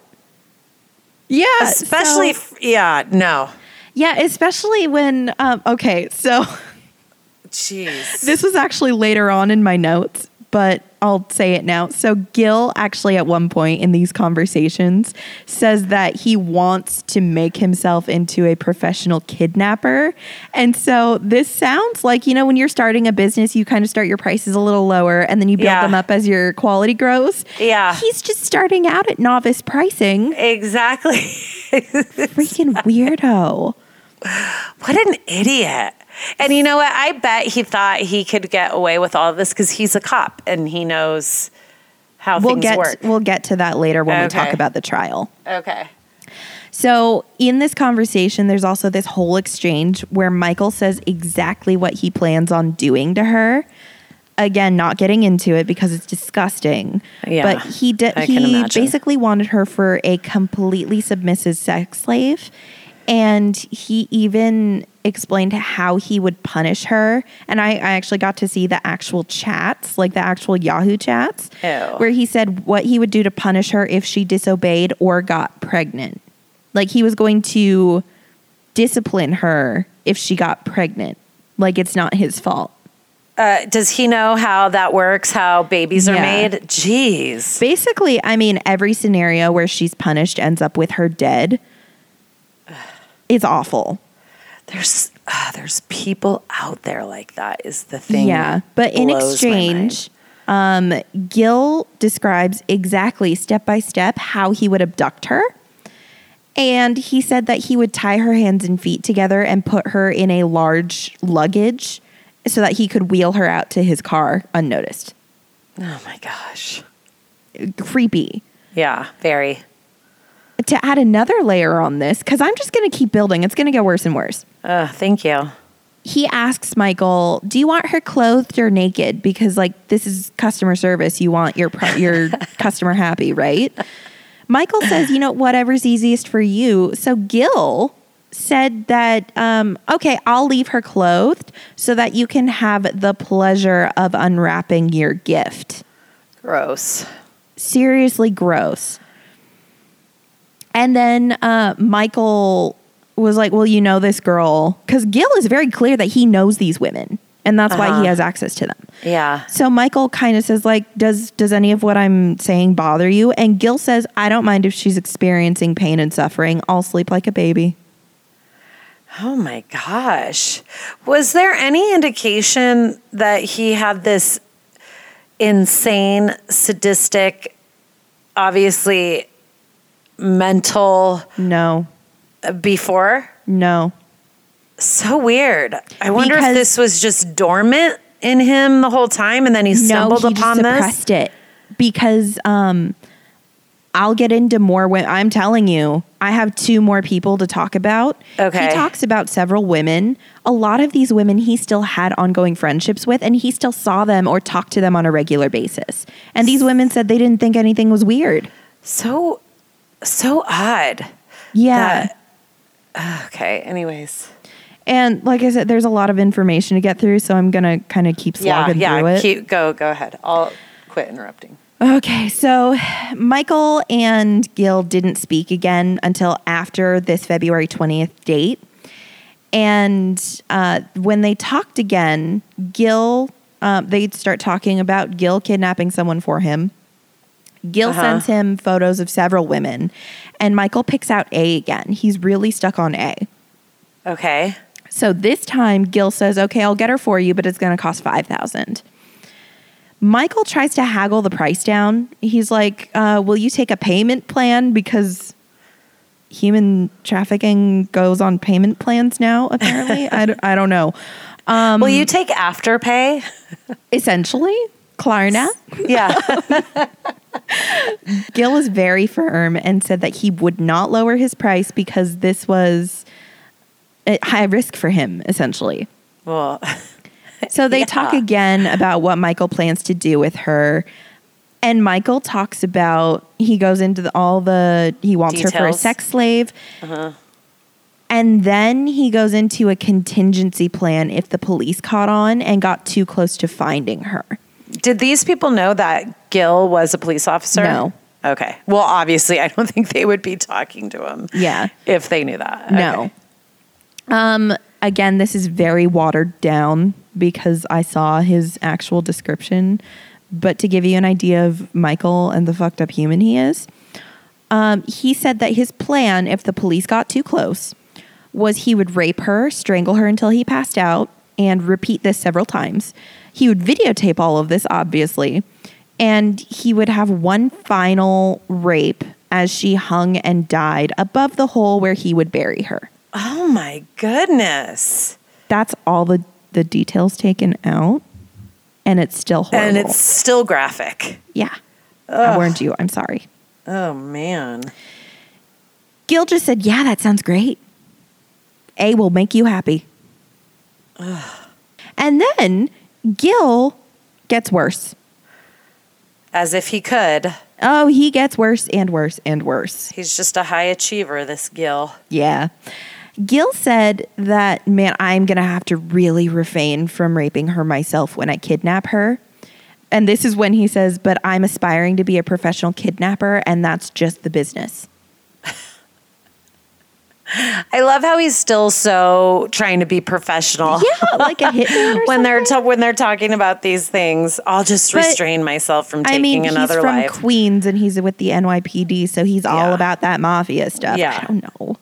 Speaker 1: Yeah,
Speaker 2: Uh, Especially
Speaker 1: so-
Speaker 2: f- yeah, no.
Speaker 1: yeah, especially when. Um, okay, so [laughs]
Speaker 2: Jeez.
Speaker 1: this was actually later on in my notes, but I'll say it now. So Gil actually, at one point in these conversations, says that he wants to make himself into a professional kidnapper, and so this sounds like you know when you're starting a business, you kind of start your prices a little lower, and then you build
Speaker 2: Yeah.
Speaker 1: them up as your quality grows.
Speaker 2: Yeah.
Speaker 1: he's just starting out at novice pricing.
Speaker 2: Exactly. [laughs]
Speaker 1: Freaking weirdo.
Speaker 2: What an idiot. And you know what? I bet he thought he could get away with all of this because he's a cop and he knows how
Speaker 1: We'll
Speaker 2: things
Speaker 1: get
Speaker 2: work.
Speaker 1: we'll get to that later when we talk
Speaker 2: Okay.
Speaker 1: about the trial.
Speaker 2: Okay.
Speaker 1: So, in this conversation, there's also this whole exchange where Michael says exactly what he plans on doing to her. Again, not getting into it because it's disgusting.
Speaker 2: Yeah,
Speaker 1: but he did.
Speaker 2: I can
Speaker 1: he
Speaker 2: imagine.
Speaker 1: basically wanted her for a completely submissive sex slave, and he even explained how he would punish her. And I, I actually got to see the actual chats, like the actual Yahoo chats,
Speaker 2: Ew.
Speaker 1: where he said what he would do to punish her if she disobeyed or got pregnant. Like he was going to discipline her if she got pregnant. Like it's not his fault.
Speaker 2: Uh, does he know how that works, how babies are
Speaker 1: Yeah.
Speaker 2: made? Jeez.
Speaker 1: Basically, I mean, every scenario where she's punished ends up with her dead. It's awful.
Speaker 2: There's ah, there's people out there like that is the thing.
Speaker 1: Yeah.
Speaker 2: that
Speaker 1: But in
Speaker 2: blows my
Speaker 1: exchange, um, Gil describes exactly step by step how he would abduct her. And he said that he would tie her hands and feet together and put her in a large luggage so that he could wheel her out to his car unnoticed.
Speaker 2: mind. Oh my gosh.
Speaker 1: creepy.
Speaker 2: Yeah, very.
Speaker 1: To add another layer on this, because I'm just going to keep building, it's going to get worse and worse.
Speaker 2: Uh, thank you.
Speaker 1: He asks Michael, "Do you want her clothed or naked? Because like this is customer service. You want your pro- your customer happy, right?" Michael says, "You know whatever's easiest for you." So Gil said that, um, "Okay, I'll leave her clothed so that you can have the pleasure of unwrapping your gift."
Speaker 2: Gross.
Speaker 1: seriously gross. And then uh, Michael was like, Well, you know this girl. Because Gil is very clear that he knows these women, and that's why he has access to them.
Speaker 2: Yeah.
Speaker 1: So Michael kind of says, like, does does any of what I'm saying bother you? And Gil says, I don't mind if she's experiencing pain and suffering. I'll sleep like a baby.
Speaker 2: Oh my gosh. Was there any indication that he had this insane, sadistic, obviously mental
Speaker 1: No,
Speaker 2: before?
Speaker 1: no.
Speaker 2: So weird. I wonder
Speaker 1: Because-
Speaker 2: if this was just dormant in him the whole time and then he stumbled
Speaker 1: no, he
Speaker 2: upon
Speaker 1: just
Speaker 2: this.
Speaker 1: suppressed it because um, I'll get into more. When I'm telling you, I have two more people to talk about.
Speaker 2: Okay.
Speaker 1: he talks about several women. A lot of these women he still had ongoing friendships with, and he still saw them or talked to them on a regular basis. And these women said they didn't think anything was weird.
Speaker 2: So so odd.
Speaker 1: Yeah.
Speaker 2: That- okay, anyways.
Speaker 1: and like I said, there's a lot of information to get through, so I'm gonna kind of keep
Speaker 2: Yeah,
Speaker 1: slogging through
Speaker 2: yeah.
Speaker 1: it.
Speaker 2: Keep, go go ahead. I'll quit interrupting.
Speaker 1: Okay, so Michael and Gil didn't speak again until after this February 20th date. And uh, when they talked again, Gil, um, they'd start talking about Gil kidnapping someone for him. Gil
Speaker 2: Uh-huh.
Speaker 1: sends him photos of several women, and Michael picks out A again. He's really stuck on A.
Speaker 2: Okay.
Speaker 1: So this time, Gil says, "Okay, I'll get her for you, but it's going to cost five thousand. Michael tries to haggle the price down. He's like, uh, "Will you take a payment plan? Because human trafficking goes on payment plans now. Apparently, I, don't, I don't know.
Speaker 2: Will
Speaker 1: Um,
Speaker 2: you
Speaker 1: [laughs]
Speaker 2: take afterpay?
Speaker 1: Essentially, Klarna."
Speaker 2: Yeah.
Speaker 1: Gil was very firm and said that he would not lower his price because this was at high risk for him, essentially.
Speaker 2: [laughs] well,
Speaker 1: So they talk again about what Michael plans to do with her. And Michael talks about he goes into the, all the he wants her for a
Speaker 2: Details. Uh-huh.
Speaker 1: sex slave. And then he goes into a contingency plan if the police caught on and got too close to finding her.
Speaker 2: did these people know that Gil was a police officer?
Speaker 1: No.
Speaker 2: Okay. Well, obviously, I don't [laughs] think they would be talking to him.
Speaker 1: Yeah.
Speaker 2: If they knew that.
Speaker 1: No.
Speaker 2: Okay.
Speaker 1: Um again this is very watered down because I saw his actual description, but to give you an idea of Michael and the fucked up human he is. Um he said that his plan if the police got too close was he would rape her, strangle her until he passed out and repeat this several times. He would videotape all of this obviously and he would have one final rape as she hung and died above the hole where he would bury her
Speaker 2: Oh, my goodness.
Speaker 1: that's all the the details taken out and it's still horrible.
Speaker 2: And it's still graphic.
Speaker 1: yeah. I warned you. I'm sorry.
Speaker 2: Oh, man.
Speaker 1: Gil just said, "Yeah, that sounds great. A will make you happy." And then Gil gets worse.
Speaker 2: As if he could.
Speaker 1: Oh, he gets worse and worse and worse.
Speaker 2: He's just a high achiever, this Gil.
Speaker 1: Yeah. Gil said that, man, I'm going to have to really refrain from raping her myself when I kidnap her. And this is when he says, but I'm aspiring to be a professional kidnapper, and that's just the
Speaker 2: [laughs]
Speaker 1: business.
Speaker 2: I love how he's still so trying to be professional.
Speaker 1: Yeah, like a hitman. Or
Speaker 2: When
Speaker 1: something.
Speaker 2: they're ta- when they're talking about these things, I'll just
Speaker 1: But,
Speaker 2: restrain myself from taking
Speaker 1: I mean, he's
Speaker 2: another
Speaker 1: from
Speaker 2: life.
Speaker 1: Queens and he's with the NYPD, so he's all
Speaker 2: Yeah.
Speaker 1: about that mafia stuff.
Speaker 2: Yeah.
Speaker 1: I don't know.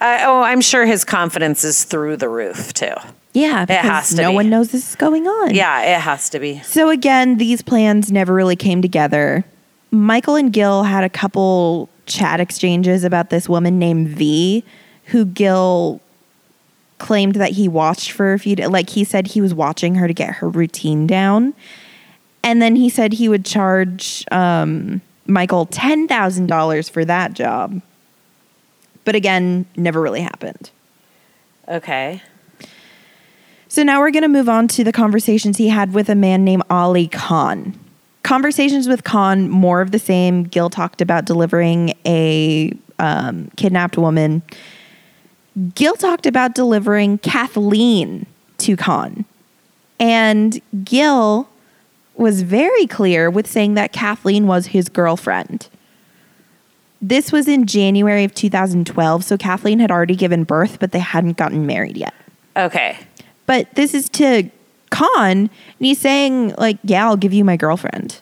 Speaker 2: Uh, oh, I'm sure his confidence is through the roof too.
Speaker 1: Yeah, because
Speaker 2: has to
Speaker 1: no
Speaker 2: be.
Speaker 1: one knows this is going on.
Speaker 2: Yeah, it has to be.
Speaker 1: So again, these plans never really came together. Michael and Gil had a couple chat exchanges about this woman named V, who Gil claimed that he watched for a few days. Like he said he was watching her to get her routine down. And then he said he would charge um, Michael $10,000 for that job. But again, never really happened.
Speaker 2: Okay.
Speaker 1: So now we're going to move on to the conversations he had with a man named Ali Khan. Conversations with Khan, more of the same. Gil talked about delivering a um, kidnapped woman. Gil talked about delivering Kathleen to Khan. And Gil was very clear with saying that Kathleen was his girlfriend. This was in January of 2012, so Kathleen had already given birth, but they hadn't gotten married yet.
Speaker 2: Okay.
Speaker 1: But this is to Khan, and he's saying, like, yeah, I'll give you my girlfriend.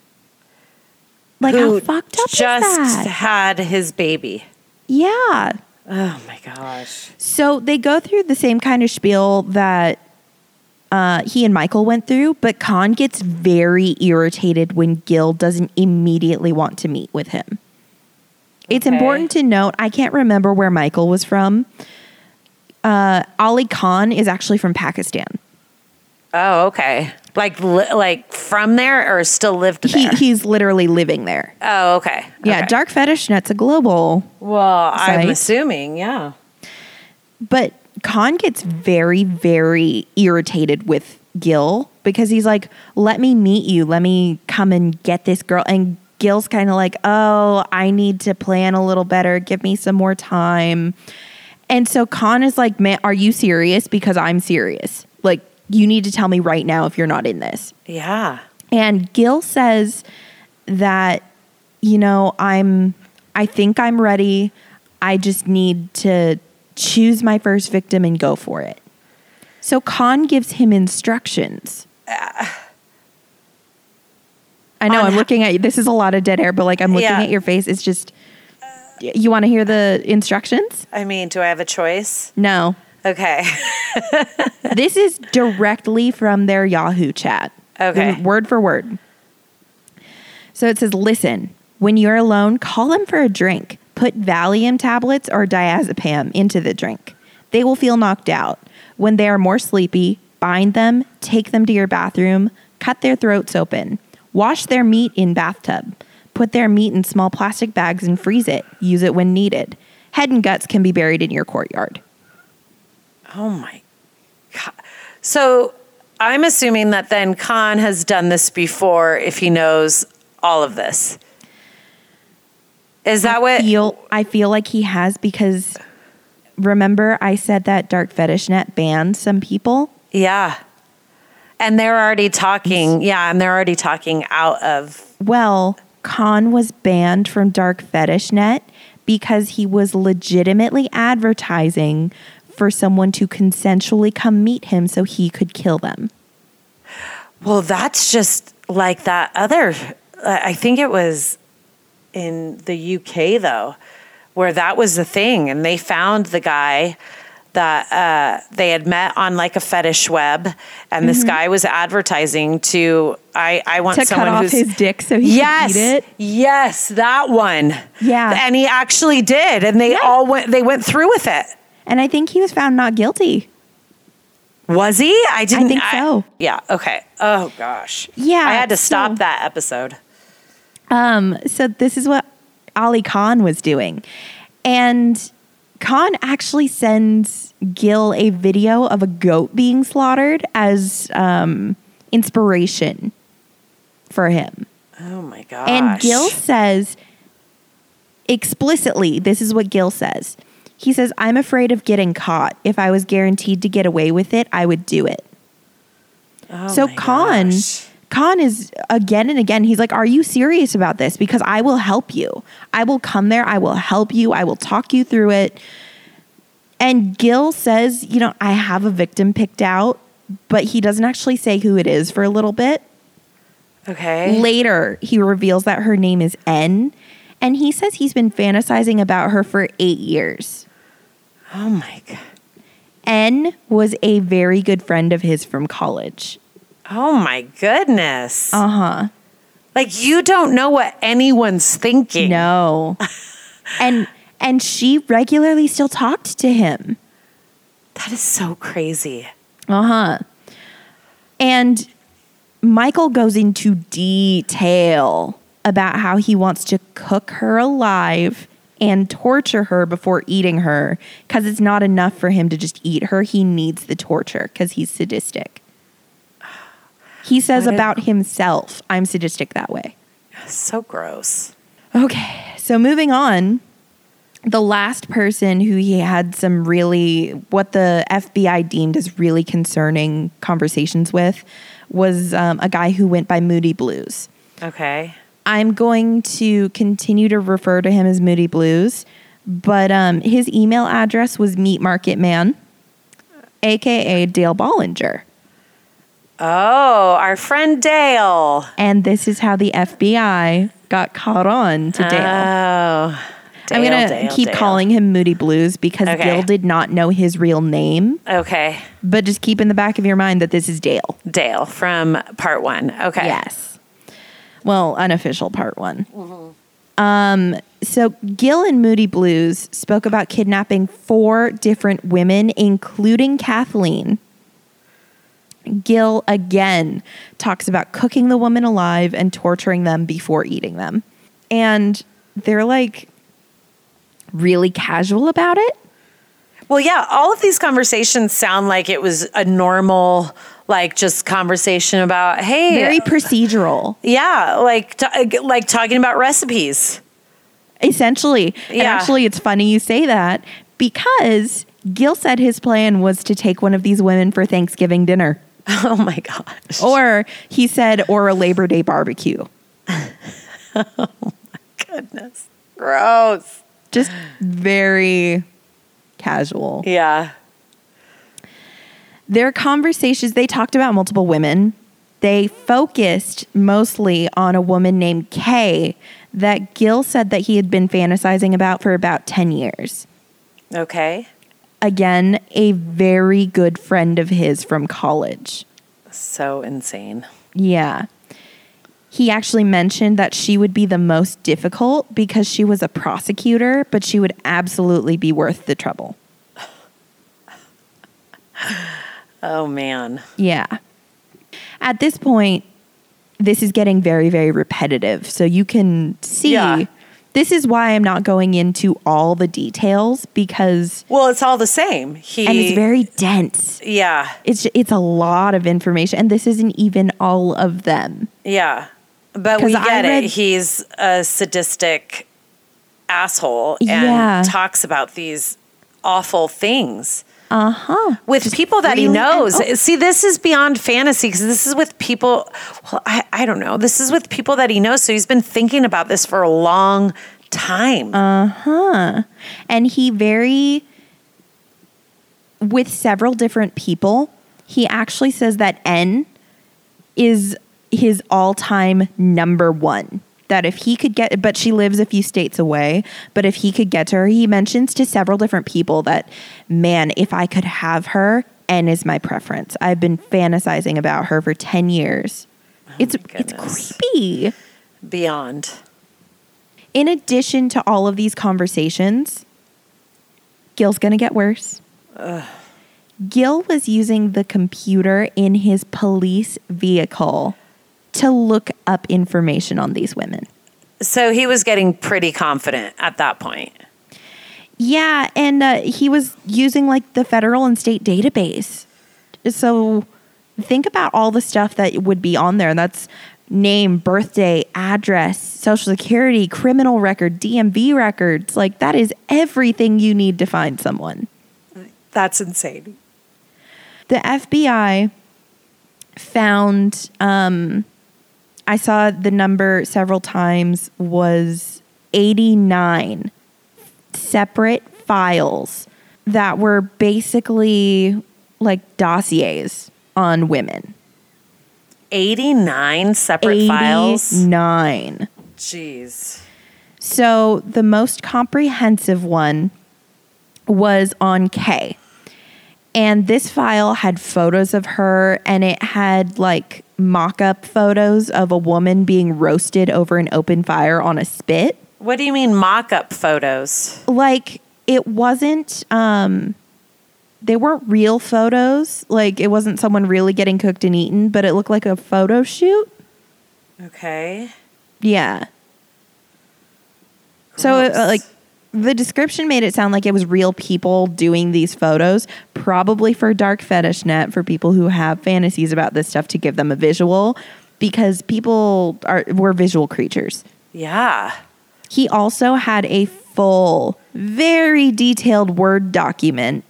Speaker 1: Like,
Speaker 2: Who
Speaker 1: how fucked up
Speaker 2: Just
Speaker 1: is that?
Speaker 2: had his baby.
Speaker 1: Yeah.
Speaker 2: Oh my gosh.
Speaker 1: So they go through the same kind of spiel that uh, he and Michael went through, but Khan gets very irritated when Gil doesn't immediately want to meet with him. It's
Speaker 2: Okay.
Speaker 1: important to note, I can't remember where Michael was from. Uh, Ali Khan is actually from Pakistan.
Speaker 2: Oh, okay. Like li- like from there or still lived
Speaker 1: He,
Speaker 2: there?
Speaker 1: he's literally living there.
Speaker 2: oh, okay.
Speaker 1: Yeah,
Speaker 2: Okay.
Speaker 1: Dark Fetish Net's a global
Speaker 2: Well, I'm
Speaker 1: Site.
Speaker 2: assuming, yeah.
Speaker 1: But Khan gets very, very irritated with Gil because he's like, let me meet you. Let me come and get this girl. And Gil's kind of like, oh, I need to plan a little better. Give me some more time. And so Khan is like, man, are you serious? Because I'm serious. Like, you need to tell me right now if you're not in this.
Speaker 2: Yeah.
Speaker 1: And Gil says that, you know, I'm, I think I'm ready. I just need to choose my first victim and go for it. So Khan gives him instructions. I know
Speaker 2: On
Speaker 1: I'm
Speaker 2: ho-
Speaker 1: looking at you. This is a lot of dead air, but like I'm looking
Speaker 2: Yeah.
Speaker 1: at your face. It's just, you want to hear the instructions?
Speaker 2: I mean, do I have a choice?
Speaker 1: No.
Speaker 2: Okay. [laughs]
Speaker 1: this is directly from their Yahoo chat.
Speaker 2: Okay.
Speaker 1: Word for word. So it says, listen, when you're alone, call them for a drink. Put Valium tablets or diazepam into the drink. They will feel knocked out. When they are more sleepy, bind them, take them to your bathroom, cut their throats open, wash their meat in bathtub, put their meat in small plastic bags and freeze it. Use it when needed. Head and guts can be buried in your courtyard.
Speaker 2: oh my God. So I'm assuming that then Khan has done this before if he knows all of this. Is that what?
Speaker 1: feel I feel like he has because remember I said that Dark Fetish Net banned some people?
Speaker 2: Yeah. And they're already talking. Yeah. And they're already talking out of.
Speaker 1: Well, Khan was banned from Dark Fetish Net because he was legitimately advertising for someone to consensually come meet him so he could kill them.
Speaker 2: Well, that's just like that other. I I think it was in the UK though, where that was the thing, and they found the guy that uh, they had met on like a fetish web, and this guy was advertising to I I want
Speaker 1: Mm-hmm. To
Speaker 2: Uh, someone
Speaker 1: cut off
Speaker 2: who's
Speaker 1: his dick so he
Speaker 2: yes
Speaker 1: could eat it.
Speaker 2: yes that one
Speaker 1: Yeah.
Speaker 2: and he actually did, and they
Speaker 1: Yeah.
Speaker 2: all went they went through with it.
Speaker 1: And I think he was found not guilty.
Speaker 2: Was he? I didn't
Speaker 1: think so.
Speaker 2: yeah. Okay. Oh gosh.
Speaker 1: Yeah,
Speaker 2: I had to
Speaker 1: so-
Speaker 2: stop that episode.
Speaker 1: Um, so this is what Ali Khan was doing. And Khan actually sends Gil a video of a goat being slaughtered as um, inspiration for him.
Speaker 2: Oh my gosh.
Speaker 1: And Gil says explicitly, this is what Gil says. He says, I'm afraid of getting caught. If I was guaranteed to get away with it, I would do it.
Speaker 2: Oh
Speaker 1: So
Speaker 2: my
Speaker 1: Khan,
Speaker 2: gosh.
Speaker 1: Khan is again and again. He's like, "Are you serious about this? Because I will help you. I will come there. I will help you. I will talk you through it." And Gil says, "You know, I have a victim picked out, but he doesn't actually say who it is for a little bit."
Speaker 2: Okay.
Speaker 1: Later, he reveals that her name is N, and he says he's been fantasizing about her for eight years.
Speaker 2: oh my god.
Speaker 1: N was a very good friend of his from college.
Speaker 2: Oh my goodness.
Speaker 1: Uh huh.
Speaker 2: like you don't know what anyone's thinking.
Speaker 1: No. and and she regularly still talked to him.
Speaker 2: That is so crazy.
Speaker 1: Uh-huh. And Michael goes into detail about how he wants to cook her alive and torture her before eating her because it's not enough for him to just eat her. He needs the torture because he's sadistic. He says
Speaker 2: What a-
Speaker 1: about himself, I'm sadistic that way.
Speaker 2: So gross.
Speaker 1: Okay, so moving on. The last person who he had some really, what the FBI deemed as really concerning conversations with was um, a guy who went by Moody Blues.
Speaker 2: Okay.
Speaker 1: I'm going to continue to refer to him as Moody Blues, but um, his email address was Meat Market Man, aka Dale Bollinger.
Speaker 2: Oh, our friend Dale.
Speaker 1: And this is how the FBI got caught on to Dale.
Speaker 2: Oh.
Speaker 1: I'm
Speaker 2: Dale,
Speaker 1: gonna
Speaker 2: Dale,
Speaker 1: keep
Speaker 2: Dale.
Speaker 1: calling him Moody Blues because
Speaker 2: Okay.
Speaker 1: Dale did not know his real name,
Speaker 2: Okay.
Speaker 1: but just keep in the back of your mind that this is Dale.
Speaker 2: Dale from part one. Okay.
Speaker 1: Yes. Well, unofficial part one.
Speaker 2: Mm-hmm.
Speaker 1: Um, so Gill and Moody Blues spoke about kidnapping four different women, including Kathleen. Gill again talks about cooking the woman alive and torturing them before eating them. And they're like really casual about it.
Speaker 2: Well, yeah, all of these conversations sound like it was a normal, like just conversation about, hey,
Speaker 1: Very procedural.
Speaker 2: yeah, like t- like talking about recipes. [laughs]
Speaker 1: Essentially. And
Speaker 2: Yeah.
Speaker 1: actually, it's funny you say that because Gil said his plan was to take one of these women for Thanksgiving dinner,
Speaker 2: Oh my gosh.
Speaker 1: or he said, or a Labor Day barbecue.
Speaker 2: Goodness. Gross.
Speaker 1: Just very casual.
Speaker 2: Yeah.
Speaker 1: Their conversations, they talked about multiple women. They focused mostly on a woman named Kay that Gil said that he had been fantasizing about for about 10 years.
Speaker 2: Okay.
Speaker 1: Again, a very good friend of his from college.
Speaker 2: So insane.
Speaker 1: Yeah. He actually mentioned that she would be the most difficult because she was a prosecutor, but she would absolutely be worth the trouble.
Speaker 2: Oh man.
Speaker 1: Yeah. At this point, this is getting very, very repetitive. So you can see
Speaker 2: Yeah.
Speaker 1: this is why I'm not going into all the details because,
Speaker 2: Well, it's all the same. He
Speaker 1: and it's very dense.
Speaker 2: Yeah.
Speaker 1: It's, ju- it's a lot of information, and this isn't even all of them.
Speaker 2: Yeah. But
Speaker 1: 'Cause
Speaker 2: we
Speaker 1: I
Speaker 2: get
Speaker 1: read-
Speaker 2: it. He's a sadistic asshole and
Speaker 1: Yeah.
Speaker 2: talks about these awful things
Speaker 1: Uh huh.
Speaker 2: with people that he
Speaker 1: really-
Speaker 2: knows.
Speaker 1: and-
Speaker 2: See, this is beyond fantasy because this is with people. Well, I, I don't know. This is with people that he knows. So he's been thinking about this for a long time.
Speaker 1: and he very with several different people he actually says that n is his all-time number one that if he could get but she lives a few states away but if he could get to her he mentions to several different people that man if i could have her n is my preference i've been fantasizing about her for 10 years it's it's
Speaker 2: goodness.
Speaker 1: creepy
Speaker 2: beyond.
Speaker 1: in addition to all of these conversations, Gil's going to get worse. Gil was using the computer in his police vehicle to look up information on these women.
Speaker 2: So he was getting pretty confident at that point.
Speaker 1: Yeah, and uh, he was using like the federal and state database. So think about all the stuff that would be on there. That's name, birthday, address, social security, criminal record, DMV records. Like that is everything you need to find someone.
Speaker 2: That's insane.
Speaker 1: The FBI found, um, I saw the number several times, was 89 separate files that were basically like dossiers on women.
Speaker 2: 89 separate files.
Speaker 1: 89.
Speaker 2: Jeez.
Speaker 1: So the most comprehensive one was on Kay. And this file had photos of her and it had like mock up photos of a woman being roasted over an open fire on a spit.
Speaker 2: What do you mean mock up photos?
Speaker 1: Like it wasn't um they weren't real photos. Like it wasn't someone really getting cooked and eaten, but it looked like a photo shoot.
Speaker 2: Okay.
Speaker 1: Yeah. So, uh,
Speaker 2: Gross.
Speaker 1: like, the description made it sound like it was real people doing these photos, probably for Dark Fetish Net, for people who have fantasies about this stuff to give them a visual, because people are were visual creatures.
Speaker 2: Yeah.
Speaker 1: He also had a full, very detailed Word document.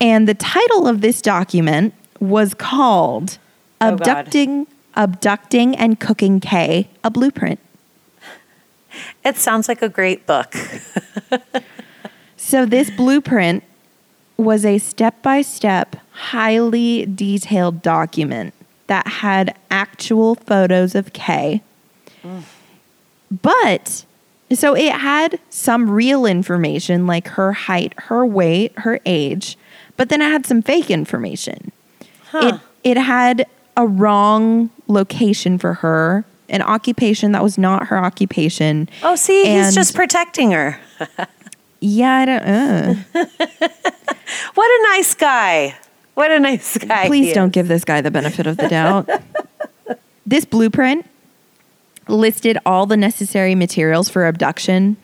Speaker 1: And the title of this document was called
Speaker 2: Oh, God.
Speaker 1: Abducting, Abducting and Cooking K, a Blueprint.
Speaker 2: It sounds like a great book.
Speaker 1: So this blueprint was a step-by-step, highly detailed document that had actual photos of Kay. But so it had some real information like her height, her weight, her age, but then it had some fake information. It it had a wrong location for her, an occupation that was not her occupation.
Speaker 2: Oh, see, he's
Speaker 1: And-
Speaker 2: just protecting her.
Speaker 1: Yeah, I don't uh.
Speaker 2: What a nice guy. What a nice guy.
Speaker 1: Please
Speaker 2: he is.
Speaker 1: don't give this guy the benefit of the
Speaker 2: [laughs]
Speaker 1: doubt. this blueprint listed all the necessary materials for abduction,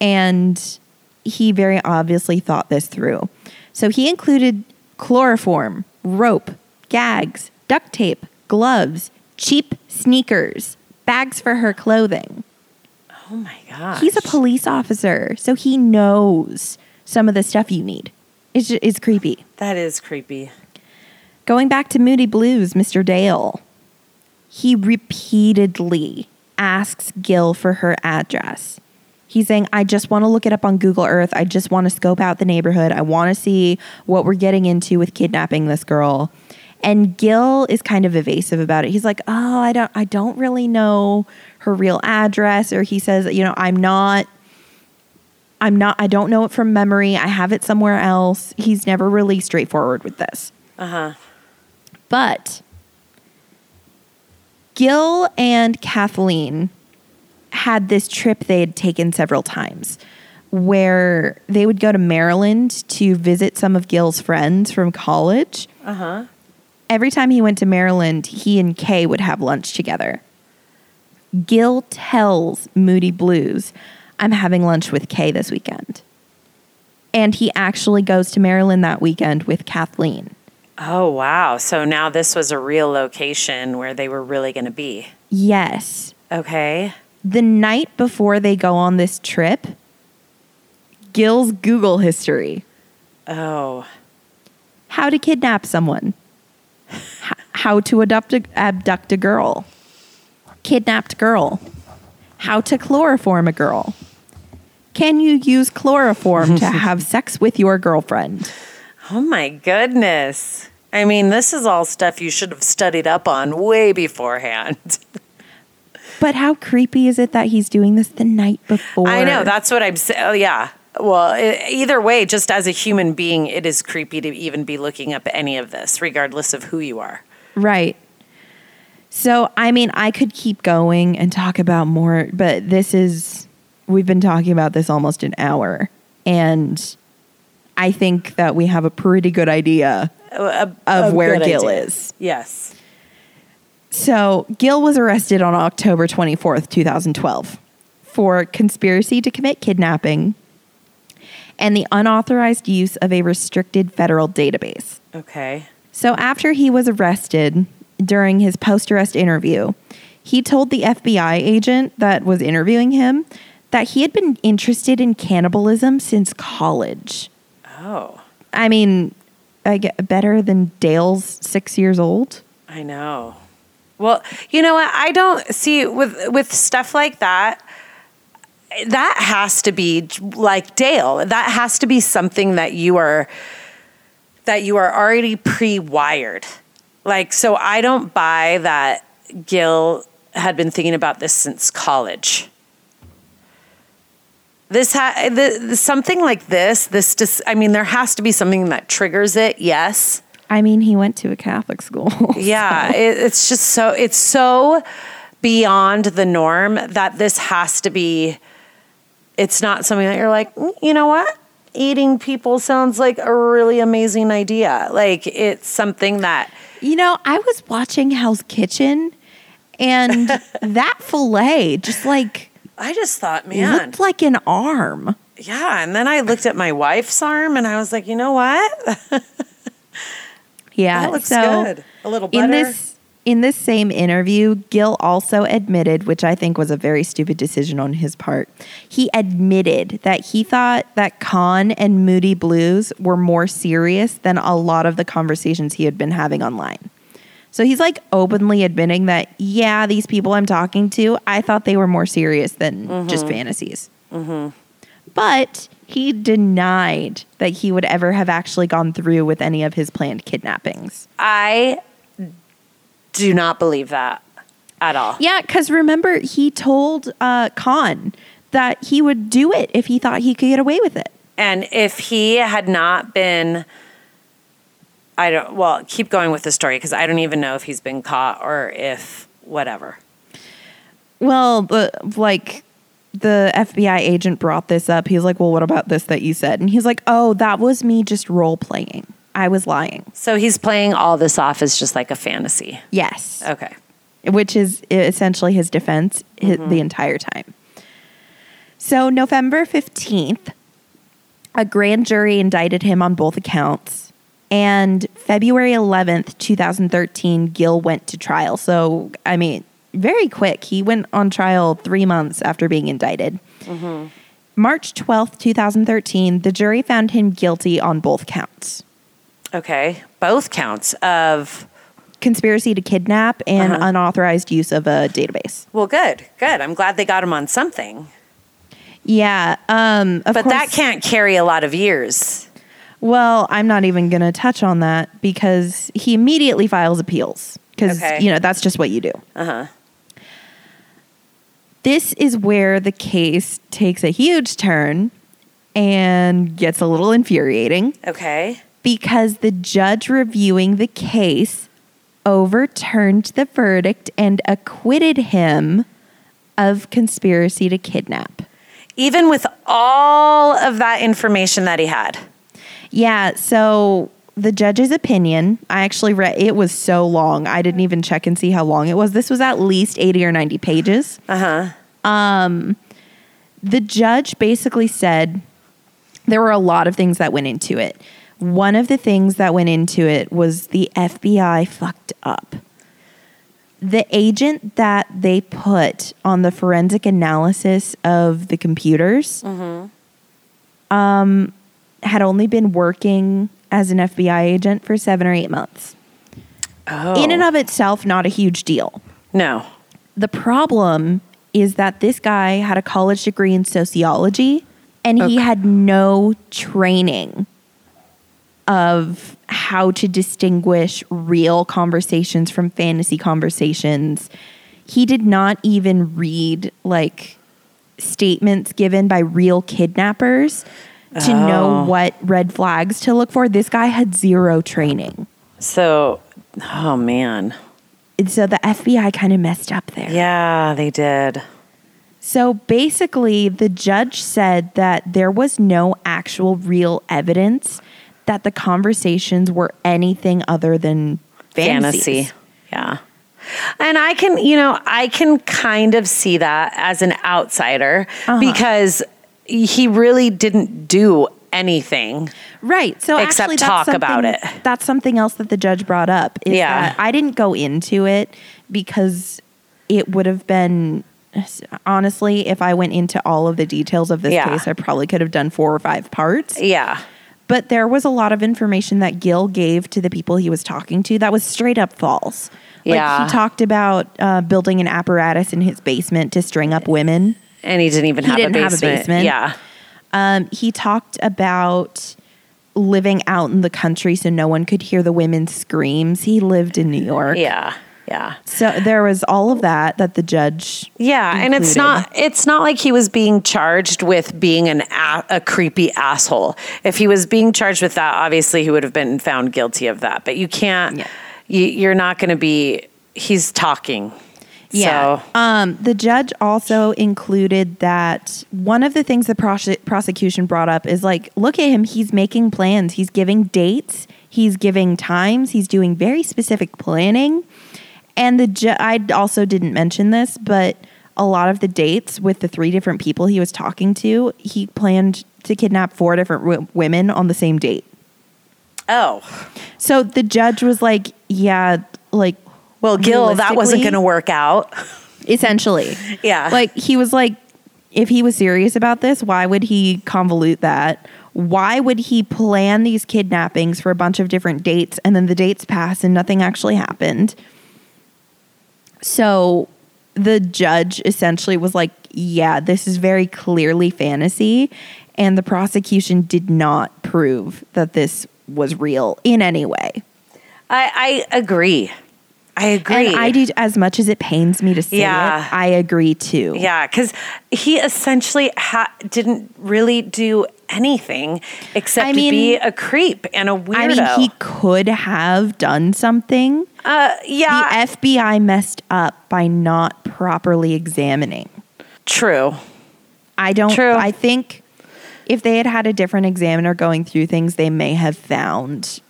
Speaker 1: and he very obviously thought this through. So he included chloroform, rope, gags, duct tape, gloves, cheap sneakers, bags for her clothing.
Speaker 2: Oh my gosh.
Speaker 1: He's a police officer, so he knows some of the stuff you need. It's, ju- it's creepy.
Speaker 2: that is creepy.
Speaker 1: Going back to Moody Blues, Mr. Dale, he repeatedly asks Gil for her address. He's saying, I just want to look it up on Google Earth. I just want to scope out the neighborhood. I want to see what we're getting into with kidnapping this girl. And Gil is kind of evasive about it. He's like, Oh, I don't I don't really know her real address. Or he says, you know, I'm not I'm not I don't know it from memory. I have it somewhere else. He's never really straightforward with this.
Speaker 2: Uh huh.
Speaker 1: But Gil and Kathleen had this trip they had taken several times where they would go to Maryland to visit some of Gil's friends from college.
Speaker 2: Uh huh.
Speaker 1: Every time he went to Maryland, he and Kay would have lunch together. Gil tells Moody Blues, I'm having lunch with Kay this weekend. And he actually goes to Maryland that weekend with Kathleen.
Speaker 2: Oh, wow. So now this was a real location where they were really going to be.
Speaker 1: Yes.
Speaker 2: Okay.
Speaker 1: the night before they go on this trip, Gil's Google history
Speaker 2: Oh,
Speaker 1: how to kidnap someone, H- how to abduct a, abduct a girl, kidnapped girl, how to chloroform a girl. Can you use
Speaker 2: [laughs]
Speaker 1: chloroform to have sex with your girlfriend?
Speaker 2: oh my goodness. I mean, this is all stuff you should have studied up on way beforehand.
Speaker 1: But how creepy is it that he's doing this the night before?
Speaker 2: I know. That's what I'm saying. Oh, yeah. Well, e- either way, just as a human being, it is creepy to even be looking up any of this, regardless of who you are.
Speaker 1: Right. So, I mean, I could keep going and talk about more, but this is, we've been talking about this almost an hour. And I think that we have a pretty good idea of where
Speaker 2: good
Speaker 1: Gil
Speaker 2: idea.
Speaker 1: is.
Speaker 2: Yes.
Speaker 1: So, Gil was arrested on October 24th, 2012, for conspiracy to commit kidnapping and the unauthorized use of a restricted federal database.
Speaker 2: Okay.
Speaker 1: So after he was arrested during his post arrest interview, he told the FBI agent that was interviewing him that he had been interested in cannibalism since college.
Speaker 2: Oh,
Speaker 1: I mean, I get better than Dale's six years old.
Speaker 2: I know. Well, you know what? I don't see with with stuff like that. That has to be like Dale. That has to be something that you are that you are already pre-wired. Like so I don't buy that Gil had been thinking about this since college. This ha- th- th- something like this, this dis- I mean there has to be something that triggers it. Yes.
Speaker 1: I mean, he went to a Catholic school. [laughs]
Speaker 2: Yeah, it, it's just so it's so beyond the norm that this has to be. It's not something that you're like, "Mm, you know what? Eating people sounds like a really amazing idea. Like it's something that
Speaker 1: You know, I was [laughs] watching Hell's Kitchen and that filet just like
Speaker 2: I just thought, man,
Speaker 1: looked like an arm.
Speaker 2: yeah. And then I looked at my wife's arm and I was like, you know what? [laughs]
Speaker 1: Yeah,
Speaker 2: that looks
Speaker 1: so
Speaker 2: good. A little butter.
Speaker 1: In this in this same interview, Gill also admitted, which I think was a very stupid decision on his part. He admitted that he thought that Khan and Moody Blues were more serious than a lot of the conversations he had been having online. So he's like openly admitting that, yeah, these people I'm talking to, I thought they were more serious than
Speaker 2: Mm-hmm.
Speaker 1: just fantasies. But he denied that he would ever have actually gone through with any of his planned kidnappings.
Speaker 2: I do not believe that at all.
Speaker 1: Yeah, because remember, he told uh, Khan that he would do it if he thought he could get away with it.
Speaker 2: And if he had not been, I don't, well, keep going with the story because I don't even know if he's been caught or if whatever.
Speaker 1: Well, the like the FBI agent brought this up. He's like, "Well, what about this that you said?" And he's like, "Oh, that was me just role playing. I was lying."
Speaker 2: So he's playing all this off as just like a fantasy.
Speaker 1: Yes.
Speaker 2: Okay.
Speaker 1: which is e, essentially his defense hi the entire time. So, November 15th, a grand jury indicted him on both accounts. And February 11th, 2013, Gill went to trial. So, I mean, very quick. He went on trial three months after being indicted. March 12th, 2013, the jury found him guilty on both counts
Speaker 2: Okay. Both counts of,
Speaker 1: conspiracy to kidnap and unauthorized use of a database.
Speaker 2: well, good, good. I'm glad they got him on something.
Speaker 1: Yeah. Um, of
Speaker 2: But
Speaker 1: course-
Speaker 2: that can't carry a lot of years.
Speaker 1: Well, I'm not even going to touch on that because he immediately files appeals because
Speaker 2: Okay. Uh-huh.
Speaker 1: you know that's just what you do. Uh huh. This is where the case takes a huge turn and gets a little infuriating
Speaker 2: Okay.
Speaker 1: because the judge reviewing the case overturned the verdict and acquitted him of conspiracy to kidnap.
Speaker 2: Even with all of that information that he had.
Speaker 1: Yeah, so the judge's opinion, I actually read it was so long. I didn't even check and see how long it was. This was at least 80 or 90 pages. Um,
Speaker 2: Uh huh.
Speaker 1: The judge basically said there were a lot of things that went into it. One of the things that went into it was the FBI fucked up. The agent that they put on the forensic analysis of the computers um, had only been working as an FBI agent for seven or eight months.
Speaker 2: Oh.
Speaker 1: in and of itself not a huge deal.
Speaker 2: no.
Speaker 1: The problem is that this guy had a college degree in sociology and he had no training of how to distinguish real conversations from fantasy conversations. He did not even read like statements given by real kidnappers to know what red flags to look for. This guy had zero training.
Speaker 2: So, oh man.
Speaker 1: And so the FBI kind of messed up there.
Speaker 2: Yeah, they did.
Speaker 1: So basically, the judge said that there was no actual real evidence that the conversations were anything other than fantasies.
Speaker 2: Fantasy. Yeah. And I can, you know, I can kind of see that as an outsider
Speaker 1: Uh-huh.
Speaker 2: because he really didn't do anything.
Speaker 1: Right. So
Speaker 2: Except
Speaker 1: actually, that's
Speaker 2: talk about
Speaker 1: something-
Speaker 2: it.
Speaker 1: That's something else that the judge brought up. is
Speaker 2: Yeah.
Speaker 1: that I didn't go into it because it would have been honestly, if I went into all of the details of this
Speaker 2: Yeah.
Speaker 1: case, I probably could have done four or five parts.
Speaker 2: Yeah.
Speaker 1: But there was a lot of information that Gil gave to the people he was talking to that was straight up false. Like
Speaker 2: Yeah.
Speaker 1: he talked about uh, building an apparatus in his basement to string up women.
Speaker 2: And he didn't even
Speaker 1: He
Speaker 2: have,
Speaker 1: didn't
Speaker 2: a
Speaker 1: have a
Speaker 2: basement.
Speaker 1: basement.
Speaker 2: Yeah.
Speaker 1: Um, he talked about living out in the country so no one could hear the women's screams. He lived in New York.
Speaker 2: Yeah. Yeah.
Speaker 1: So there was all of that that the judge.
Speaker 2: Yeah, and it's
Speaker 1: included.
Speaker 2: not it's not like he was being charged with being an a, a creepy asshole. If he was being charged with that, obviously he would have been found guilty of that. But you can't
Speaker 1: Yeah.
Speaker 2: you, you're not going to be he's talking. So,
Speaker 1: Um, the judge also included that one of the things the prose- prosecution brought up is like, look at him. He's making plans. He's giving dates. He's giving times. He's doing very specific planning. And the ju- I also didn't mention this, but a lot of the dates with the three different people he was talking to, he planned to kidnap four different w- women on the same date.
Speaker 2: Oh,
Speaker 1: So the judge was like, yeah, like,
Speaker 2: well, Gil, that wasn't
Speaker 1: Realistically-
Speaker 2: going to work out.
Speaker 1: essentially.
Speaker 2: Yeah.
Speaker 1: Like, he was like, if he was serious about this, why would he convolute that? Why would he plan these kidnappings for a bunch of different dates and then the dates pass and nothing actually happened? So the judge essentially was like, yeah, this is very clearly fantasy. And the prosecution did not prove that this was real in any way.
Speaker 2: I, I agree. I agree.
Speaker 1: And I do, as much as it pains me to say
Speaker 2: Yeah.
Speaker 1: it, I agree too.
Speaker 2: Yeah, because he essentially ha- didn't really do anything except
Speaker 1: I mean-
Speaker 2: be a creep and a weirdo.
Speaker 1: I mean, he could have done something.
Speaker 2: uh, yeah,
Speaker 1: the FBI messed up by not properly examining.
Speaker 2: true.
Speaker 1: I don't.
Speaker 2: True.
Speaker 1: I think if they had had a different examiner going through things, they may have found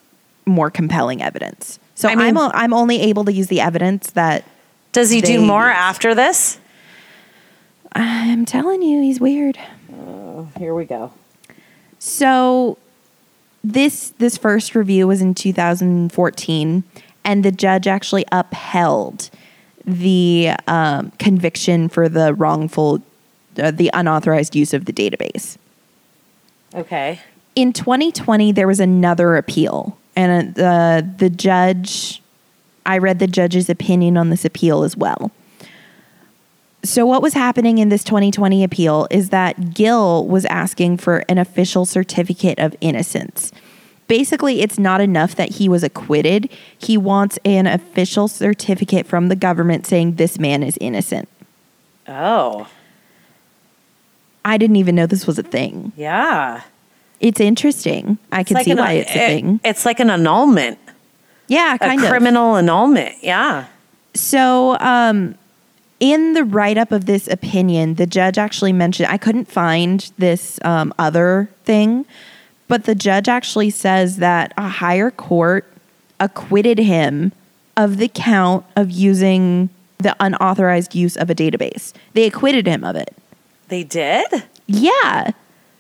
Speaker 1: more compelling evidence. So
Speaker 2: I
Speaker 1: I
Speaker 2: mean-
Speaker 1: am I'm only able to use the evidence that [sighs]
Speaker 2: Does he do
Speaker 1: They-
Speaker 2: more after this?
Speaker 1: I'm telling you, he's weird.
Speaker 2: Here we go.
Speaker 1: So this this first review was in 2014, and the judge actually upheld the um, conviction for the wrongful, uh, the unauthorized use of the database.
Speaker 2: Okay.
Speaker 1: In 2020, there was another appeal, and the the judge. I read the judge's opinion on this appeal as well. So, what was happening in this 2020 appeal is that Gill was asking for an official certificate of innocence. Basically, it's not enough that he was acquitted. He wants an official certificate from the government saying this man is innocent.
Speaker 2: Oh,
Speaker 1: I didn't even know this was a thing.
Speaker 2: yeah.
Speaker 1: It's interesting. I can see why it's a
Speaker 2: it-
Speaker 1: thing.
Speaker 2: It's like an annulment,
Speaker 1: Yeah,
Speaker 2: a
Speaker 1: kind of.
Speaker 2: criminal annulment. Yeah.
Speaker 1: So, um, in the write up of this opinion, the judge actually mentioned I couldn't find this um, other thing, but the judge actually says that a higher court acquitted him of the count of using the unauthorized use of a database. They acquitted him of it.
Speaker 2: They did?
Speaker 1: Yeah,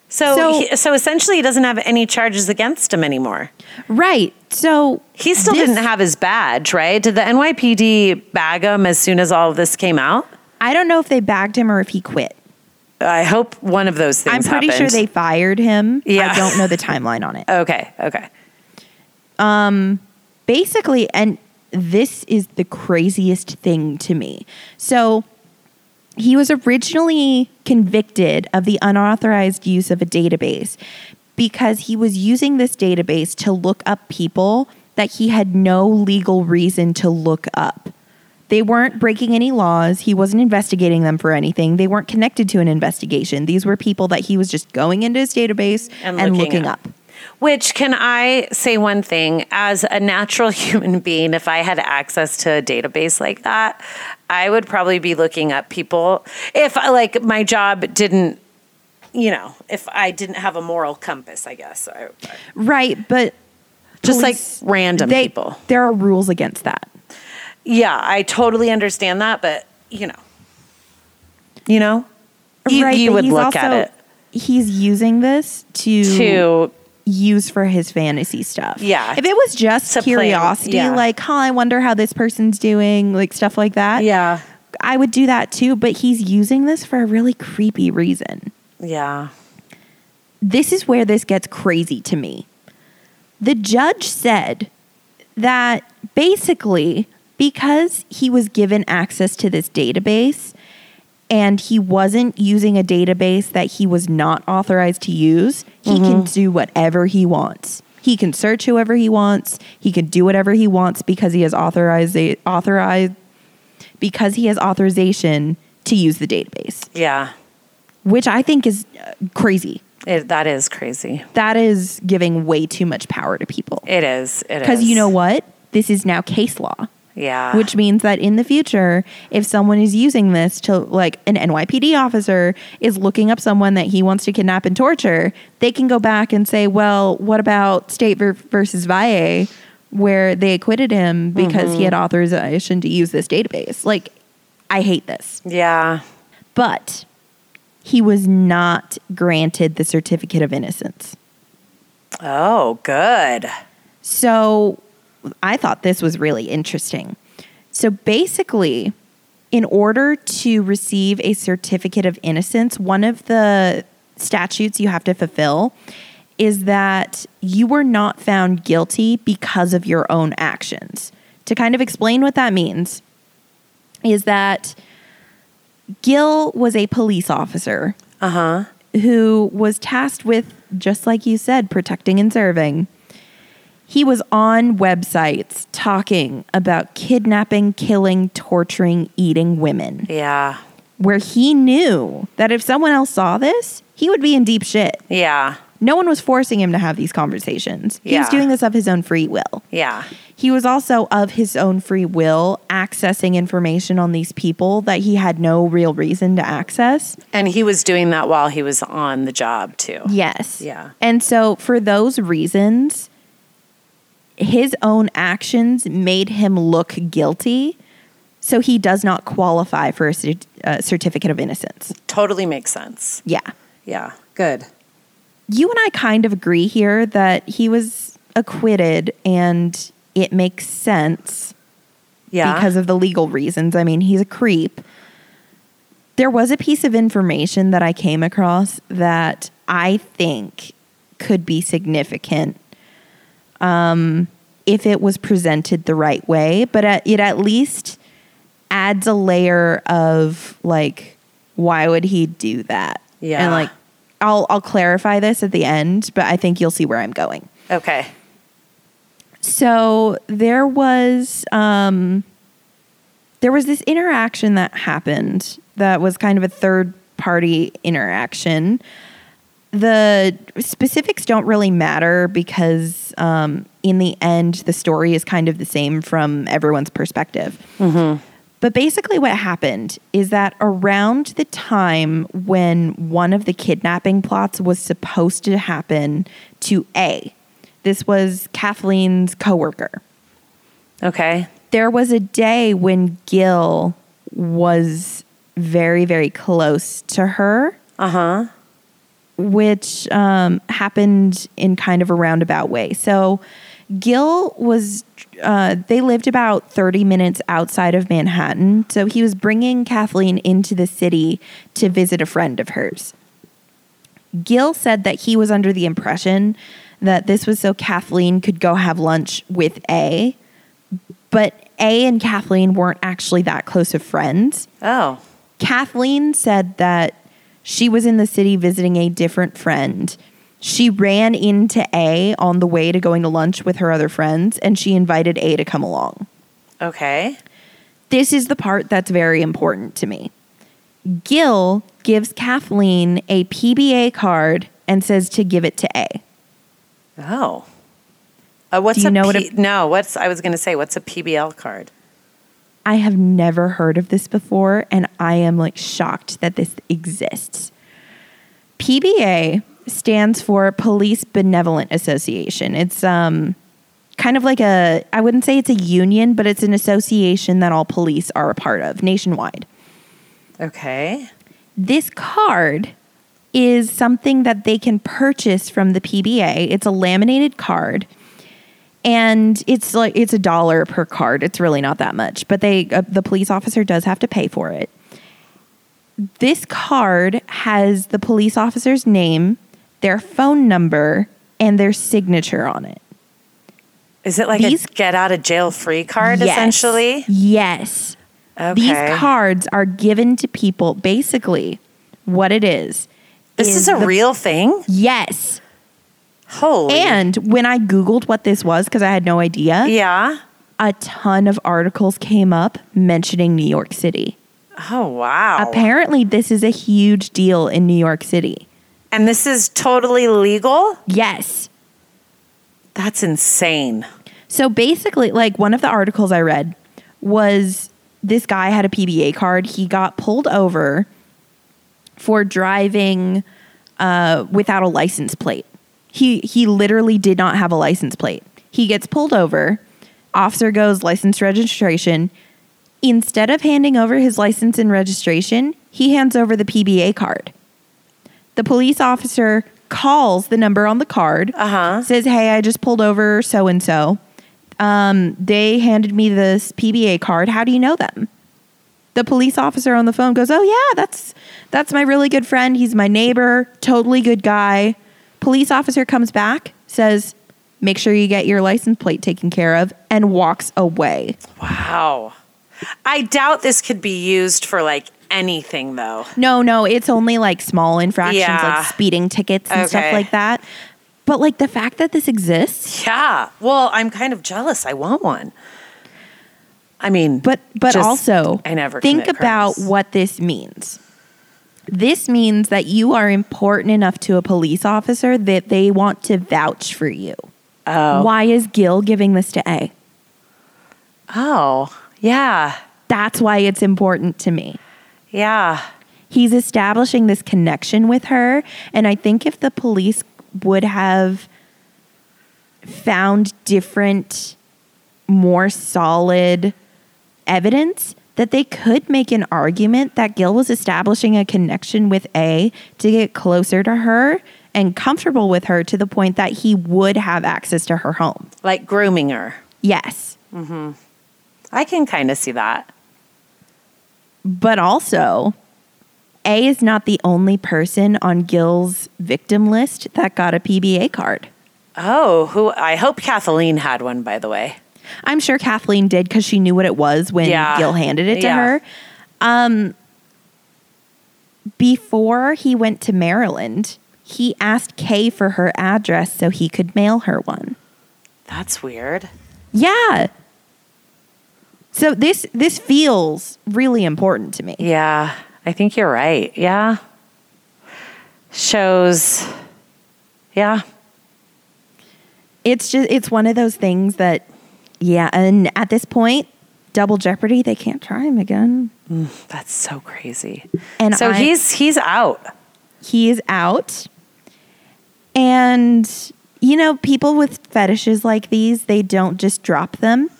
Speaker 2: So,
Speaker 1: So-
Speaker 2: he, so essentially, he doesn't have any charges against him anymore.
Speaker 1: right. So
Speaker 2: He still
Speaker 1: this-
Speaker 2: didn't have his badge, right? Did the NYPD bag him as soon as all of this came out?
Speaker 1: I don't know if they bagged him or if he quit.
Speaker 2: I hope one of those things.
Speaker 1: I'm pretty
Speaker 2: happened.
Speaker 1: sure they fired him.
Speaker 2: Yeah.
Speaker 1: I don't
Speaker 2: [laughs]
Speaker 1: know the timeline on it.
Speaker 2: Okay. Okay.
Speaker 1: basically, and this is the craziest thing to me. So he was originally convicted of the unauthorized use of a database because he was using this database to look up people that he had no legal reason to look up. They weren't breaking any laws. He wasn't investigating them for anything. They weren't connected to an investigation. These were people that he was just going into his database and, looking, up.
Speaker 2: Which can I say one thing? As a natural [laughs] human being, if I had access to a database like that, I would probably be looking up people. If uh, like my job didn't, you know, if I didn't have a moral compass, I guess. I,
Speaker 1: Right, but
Speaker 2: just
Speaker 1: police-
Speaker 2: like random
Speaker 1: they-
Speaker 2: people.
Speaker 1: There are rules against that.
Speaker 2: Yeah, I totally understand that, but you know, you know, you, you
Speaker 1: but
Speaker 2: would
Speaker 1: he's
Speaker 2: look at
Speaker 1: also-
Speaker 2: it
Speaker 1: He's using this to
Speaker 2: to
Speaker 1: use for his fantasy stuff.
Speaker 2: Yeah.
Speaker 1: If it was just
Speaker 2: To play,
Speaker 1: curiosity,
Speaker 2: yeah.
Speaker 1: like, huh, I wonder how this person's doing, like stuff like that.
Speaker 2: yeah,
Speaker 1: I would do that too, but he's using this for a really creepy reason.
Speaker 2: yeah.
Speaker 1: this is where this gets crazy to me. The judge said that basically, because he was given access to this database and he wasn't using a database that he was not authorized to use, he can do whatever he wants. He can search whoever he wants. He can do whatever he wants because he has authorized authorized because he has authorization to use the database,
Speaker 2: Yeah,
Speaker 1: which I think is uh, crazy
Speaker 2: it, that is crazy.
Speaker 1: that is giving way too much power to people.
Speaker 2: It is. It is Ah.
Speaker 1: Because you know what? This is now case law,
Speaker 2: Yeah.
Speaker 1: which means that in the future, if someone is using this to, like, an NYPD officer is looking up someone that he wants to kidnap and torture, they can go back and say, well, what about State ver- versus Valle, where they acquitted
Speaker 2: Mm-hmm.
Speaker 1: him because he had authorization to use this database? Like, I hate this.
Speaker 2: Yeah.
Speaker 1: But he was not granted the certificate of innocence.
Speaker 2: Oh, good.
Speaker 1: So I thought this was really interesting. So basically, in order to receive a certificate of innocence, one of the statutes you have to fulfill is that you were not found guilty because of your own actions. To kind of explain what that means, is that Gil was a police officer
Speaker 2: Uh huh.
Speaker 1: who was tasked with, just like you said, protecting and serving. He was on websites talking about kidnapping, killing, torturing, eating women,
Speaker 2: Yeah.
Speaker 1: where he knew that if someone else saw this, he would be in deep shit.
Speaker 2: Yeah.
Speaker 1: No one was forcing him to have these conversations. He was
Speaker 2: Yeah.
Speaker 1: doing this of his own free will.
Speaker 2: Yeah.
Speaker 1: He was also of his own free will accessing information on these people that he had no real reason to access.
Speaker 2: And he was doing that while he was on the job too.
Speaker 1: Yes.
Speaker 2: Yeah.
Speaker 1: And so for those reasons, his own actions made him look guilty. So he does not qualify for a cert- uh, certificate of innocence.
Speaker 2: Totally makes sense.
Speaker 1: Yeah.
Speaker 2: Yeah. Good.
Speaker 1: You and I kind of agree here that he was acquitted and it makes sense.
Speaker 2: Yeah.
Speaker 1: because of the legal reasons. I mean, he's a creep. There was a piece of information that I came across that I think could be significant um, if it was presented the right way, but at, it at least adds a layer of like, why would he do that?
Speaker 2: Yeah.
Speaker 1: And like, I'll, I'll clarify this at the end, but I think you'll see where I'm going.
Speaker 2: okay.
Speaker 1: So there was um, there was this interaction that happened that was kind of a third party interaction. The specifics don't really matter because um, in the end, the story is kind of the same from everyone's perspective. But basically, what happened is that around the time when one of the kidnapping plots was supposed to happen to A, this was Kathleen's coworker.
Speaker 2: Okay.
Speaker 1: There was a day when Gil was very, very close to her,
Speaker 2: Uh huh.
Speaker 1: which um, happened in kind of a roundabout way. So, Gil was, uh, they lived about 30 minutes outside of Manhattan. So, he was bringing Kathleen into the city to visit a friend of hers. Gil said that he was under the impression that this was so Kathleen could go have lunch with A, but A and Kathleen weren't actually that close of friends.
Speaker 2: Oh.
Speaker 1: Kathleen said that she was in the city visiting a different friend. She ran into A on the way to going to lunch with her other friends and she invited A to come along.
Speaker 2: Okay.
Speaker 1: This is the part that's very important to me. Gil gives Kathleen a PBA card and says to give it to A.
Speaker 2: Oh. Uh, what's
Speaker 1: Do you
Speaker 2: a
Speaker 1: know
Speaker 2: P-
Speaker 1: what a-
Speaker 2: no? What's I was going to say? What's a PBL card?
Speaker 1: I have never heard of this before, and I am like shocked that this exists. PBA stands for Police Benevolent Association. It's um kind of like a I wouldn't say it's a union, but it's an association that all police are a part of nationwide.
Speaker 2: Okay.
Speaker 1: This card is something that they can purchase from the PBA. It's a laminated card. And it's like it's a dollar per card. It's really not that much, but they uh, the police officer does have to pay for it. This card has the police officer's name, their phone number, and their signature on it.
Speaker 2: Is it like
Speaker 1: These-
Speaker 2: a get out of jail free card
Speaker 1: Yes.
Speaker 2: essentially?
Speaker 1: Yes.
Speaker 2: Okay.
Speaker 1: These cards are given to people basically what it is.
Speaker 2: This is, a
Speaker 1: the-
Speaker 2: real thing.
Speaker 1: Yes.
Speaker 2: Holy.
Speaker 1: And when I Googled what this was, because I had no idea,
Speaker 2: yeah.
Speaker 1: a ton of articles came up mentioning New York City.
Speaker 2: Oh wow.
Speaker 1: Apparently, this is a huge deal in New York City.
Speaker 2: and this is totally legal.
Speaker 1: Yes.
Speaker 2: That's insane.
Speaker 1: So basically, like one of the articles I read was this guy had a PBA card. He got pulled over for driving uh, without a license plate. He he literally did not have a license plate. He gets pulled over. Officer goes license registration. Instead of handing over his license and registration, he hands over the PBA card. The police officer calls the number on the card,
Speaker 2: Uh-huh.
Speaker 1: says, Hey, I just pulled over so and so. Um, They handed me this PBA card. How do you know them? The police officer on the phone goes, "Oh yeah, that's that's my really good friend. He's my neighbor. Totally good guy." Police officer comes back, says, "Make sure you get your license plate taken care of," and walks away.
Speaker 2: Wow. I doubt this could be used for like anything though.
Speaker 1: No, no, it's only like small infractions
Speaker 2: Yeah.
Speaker 1: like speeding tickets and stuff
Speaker 2: Okay.
Speaker 1: like that. But like the fact that this exists,
Speaker 2: Yeah. Well, I'm kind of jealous. I want one. I mean,
Speaker 1: but but
Speaker 2: just-
Speaker 1: also
Speaker 2: I never
Speaker 1: think
Speaker 2: commit
Speaker 1: about
Speaker 2: crimes.
Speaker 1: what this means. This means that you are important enough to a police officer that they want to vouch for you.
Speaker 2: Oh.
Speaker 1: Why is Gil giving this to A?
Speaker 2: Oh. Yeah.
Speaker 1: That's why it's important to me.
Speaker 2: Yeah.
Speaker 1: He's establishing this connection with her. And I think if the police would have found different, more solid evidence, that they could make an argument that Gil was establishing a connection with A to get closer to her and comfortable with her to the point that he would have access to her home.
Speaker 2: Like grooming her.
Speaker 1: Yes.
Speaker 2: I can kind of see that.
Speaker 1: But also, A is not the only person on Gil's victim list that got a PBA card.
Speaker 2: Oh, who I hope Kathleen had one by the way.
Speaker 1: I'm sure Kathleen did because she knew what it was when
Speaker 2: Yeah.
Speaker 1: Gil handed it to
Speaker 2: Yeah.
Speaker 1: her. Um, before he went to Maryland, he asked Kay for her address so he could mail her one.
Speaker 2: That's weird.
Speaker 1: Yeah. So this this feels really important to me.
Speaker 2: Yeah. I think you're right. Yeah. Shows Yeah.
Speaker 1: it's just it's one of those things that yeah and at this point double jeopardy they can't try him again
Speaker 2: That's so crazy.
Speaker 1: And
Speaker 2: so
Speaker 1: I-
Speaker 2: he's he's out.
Speaker 1: he is out and you know people with fetishes like these they don't just drop them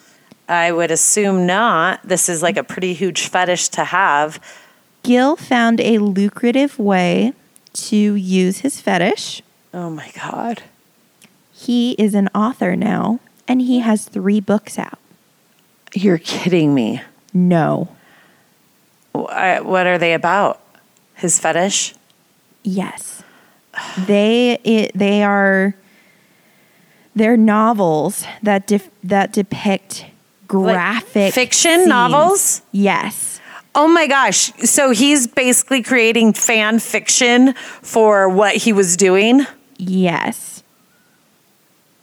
Speaker 2: I would assume not. This is like a pretty huge fetish to have.
Speaker 1: gil found a lucrative way to use his fetish
Speaker 2: Oh my god.
Speaker 1: he is an author now and he has three books out
Speaker 2: You're kidding me.
Speaker 1: no
Speaker 2: Wh- I- What are they about? His fetish?
Speaker 1: Yes. They it, they are they're novels that def, that depict graphic
Speaker 2: fiction
Speaker 1: scenes.
Speaker 2: novels?
Speaker 1: Yes.
Speaker 2: Oh my gosh. So he's basically creating fan fiction for what he was doing.
Speaker 1: Yes.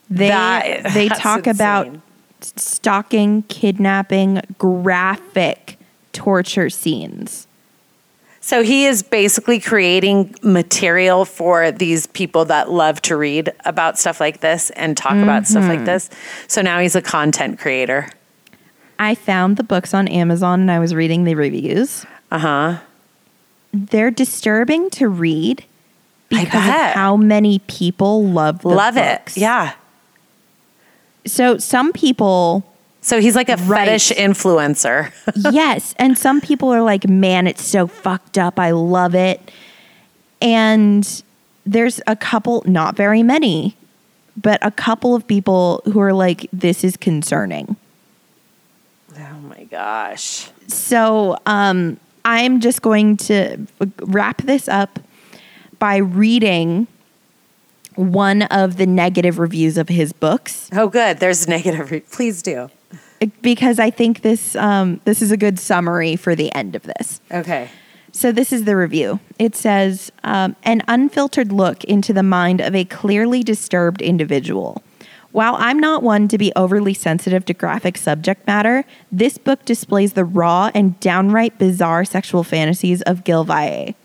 Speaker 1: They
Speaker 2: That-
Speaker 1: they
Speaker 2: that's
Speaker 1: talk about
Speaker 2: insane.
Speaker 1: s- stalking, kidnapping, graphic torture scenes.
Speaker 2: So he is basically creating material for these people that love to read about stuff like this and talk about stuff like this. So now he's a content creator.
Speaker 1: I found the books on Amazon and I was reading the reviews.
Speaker 2: Uh huh.
Speaker 1: They're disturbing to read
Speaker 2: I
Speaker 1: because of
Speaker 2: bet.
Speaker 1: how many people love the
Speaker 2: Love
Speaker 1: books.
Speaker 2: it. Yeah.
Speaker 1: So some
Speaker 2: [laughs]
Speaker 1: people,
Speaker 2: So he's like a
Speaker 1: Right.
Speaker 2: fetish influencer. [laughs]
Speaker 1: yes, and some people are like, "Man, it's so fucked up. I love it." And there's a couple, not very many, but a couple of people who are like, "This is concerning."
Speaker 2: oh my gosh.
Speaker 1: So, um, I'm just going to wrap this up by reading one of the negative reviews of his books.
Speaker 2: Oh, good. There's negative. Re- Please do.
Speaker 1: because I think this um, this is a good summary for the end of this.
Speaker 2: Okay.
Speaker 1: So this is the review. It says um, an unfiltered look into the mind of a clearly disturbed individual. While I'm not one to be overly sensitive to graphic subject matter, this book displays the raw and downright bizarre sexual fantasies of Gil Valle.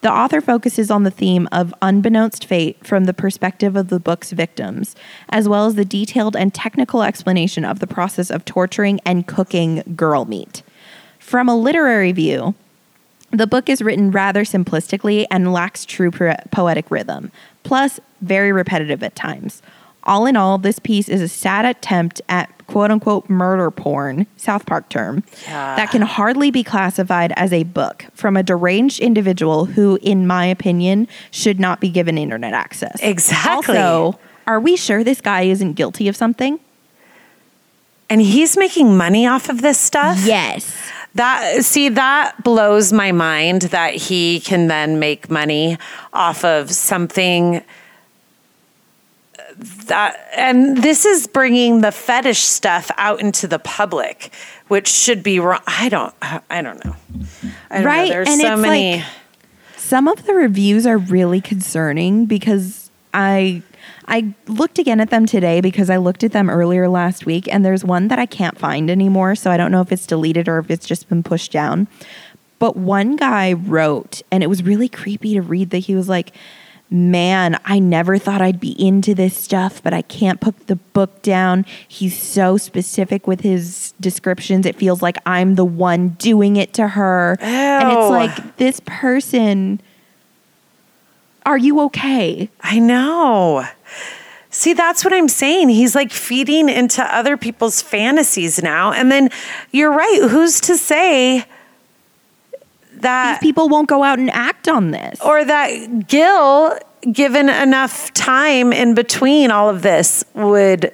Speaker 1: The author focuses on the theme of unbeknownst fate from the perspective of the book's victims, as well as the detailed and technical explanation of the process of torturing and cooking girl meat. From a literary view, the book is written rather simplistically and lacks true pro- poetic rhythm, plus, very repetitive at times. All in all, this piece is a sad attempt at quote unquote murder porn, South Park term,
Speaker 2: Yeah.
Speaker 1: that can hardly be classified as a book from a deranged individual who, in my opinion, should not be given internet access.
Speaker 2: Exactly.
Speaker 1: Also, are we sure this guy isn't guilty of something?
Speaker 2: And he's making money off of this stuff.
Speaker 1: Yes.
Speaker 2: That see that blows my mind that he can then make money off of something uh, that and this is bringing the fetish stuff out into the public which should be wrong. I don't I don't know. I don't
Speaker 1: Right,
Speaker 2: know. There's
Speaker 1: and
Speaker 2: so
Speaker 1: it's
Speaker 2: many
Speaker 1: like- Some of the reviews are really concerning because I I looked again at them today because I looked at them earlier last week and there's one that I can't find anymore, so I don't know if it's deleted or if it's just been pushed down. But one guy wrote and it was really creepy to read that he was like Man, I never thought I'd be into this stuff, but I can't put the book down. He's so specific with his descriptions. It feels like I'm the one doing it to her. And
Speaker 2: Ew.
Speaker 1: it's like, this person are you okay
Speaker 2: I know. See, that's what I'm saying. He's like feeding into other people's fantasies now. And then you're right. Who's to say
Speaker 1: these
Speaker 2: that
Speaker 1: people won't go out and act on this
Speaker 2: or that Gil, given enough time in between all of this, would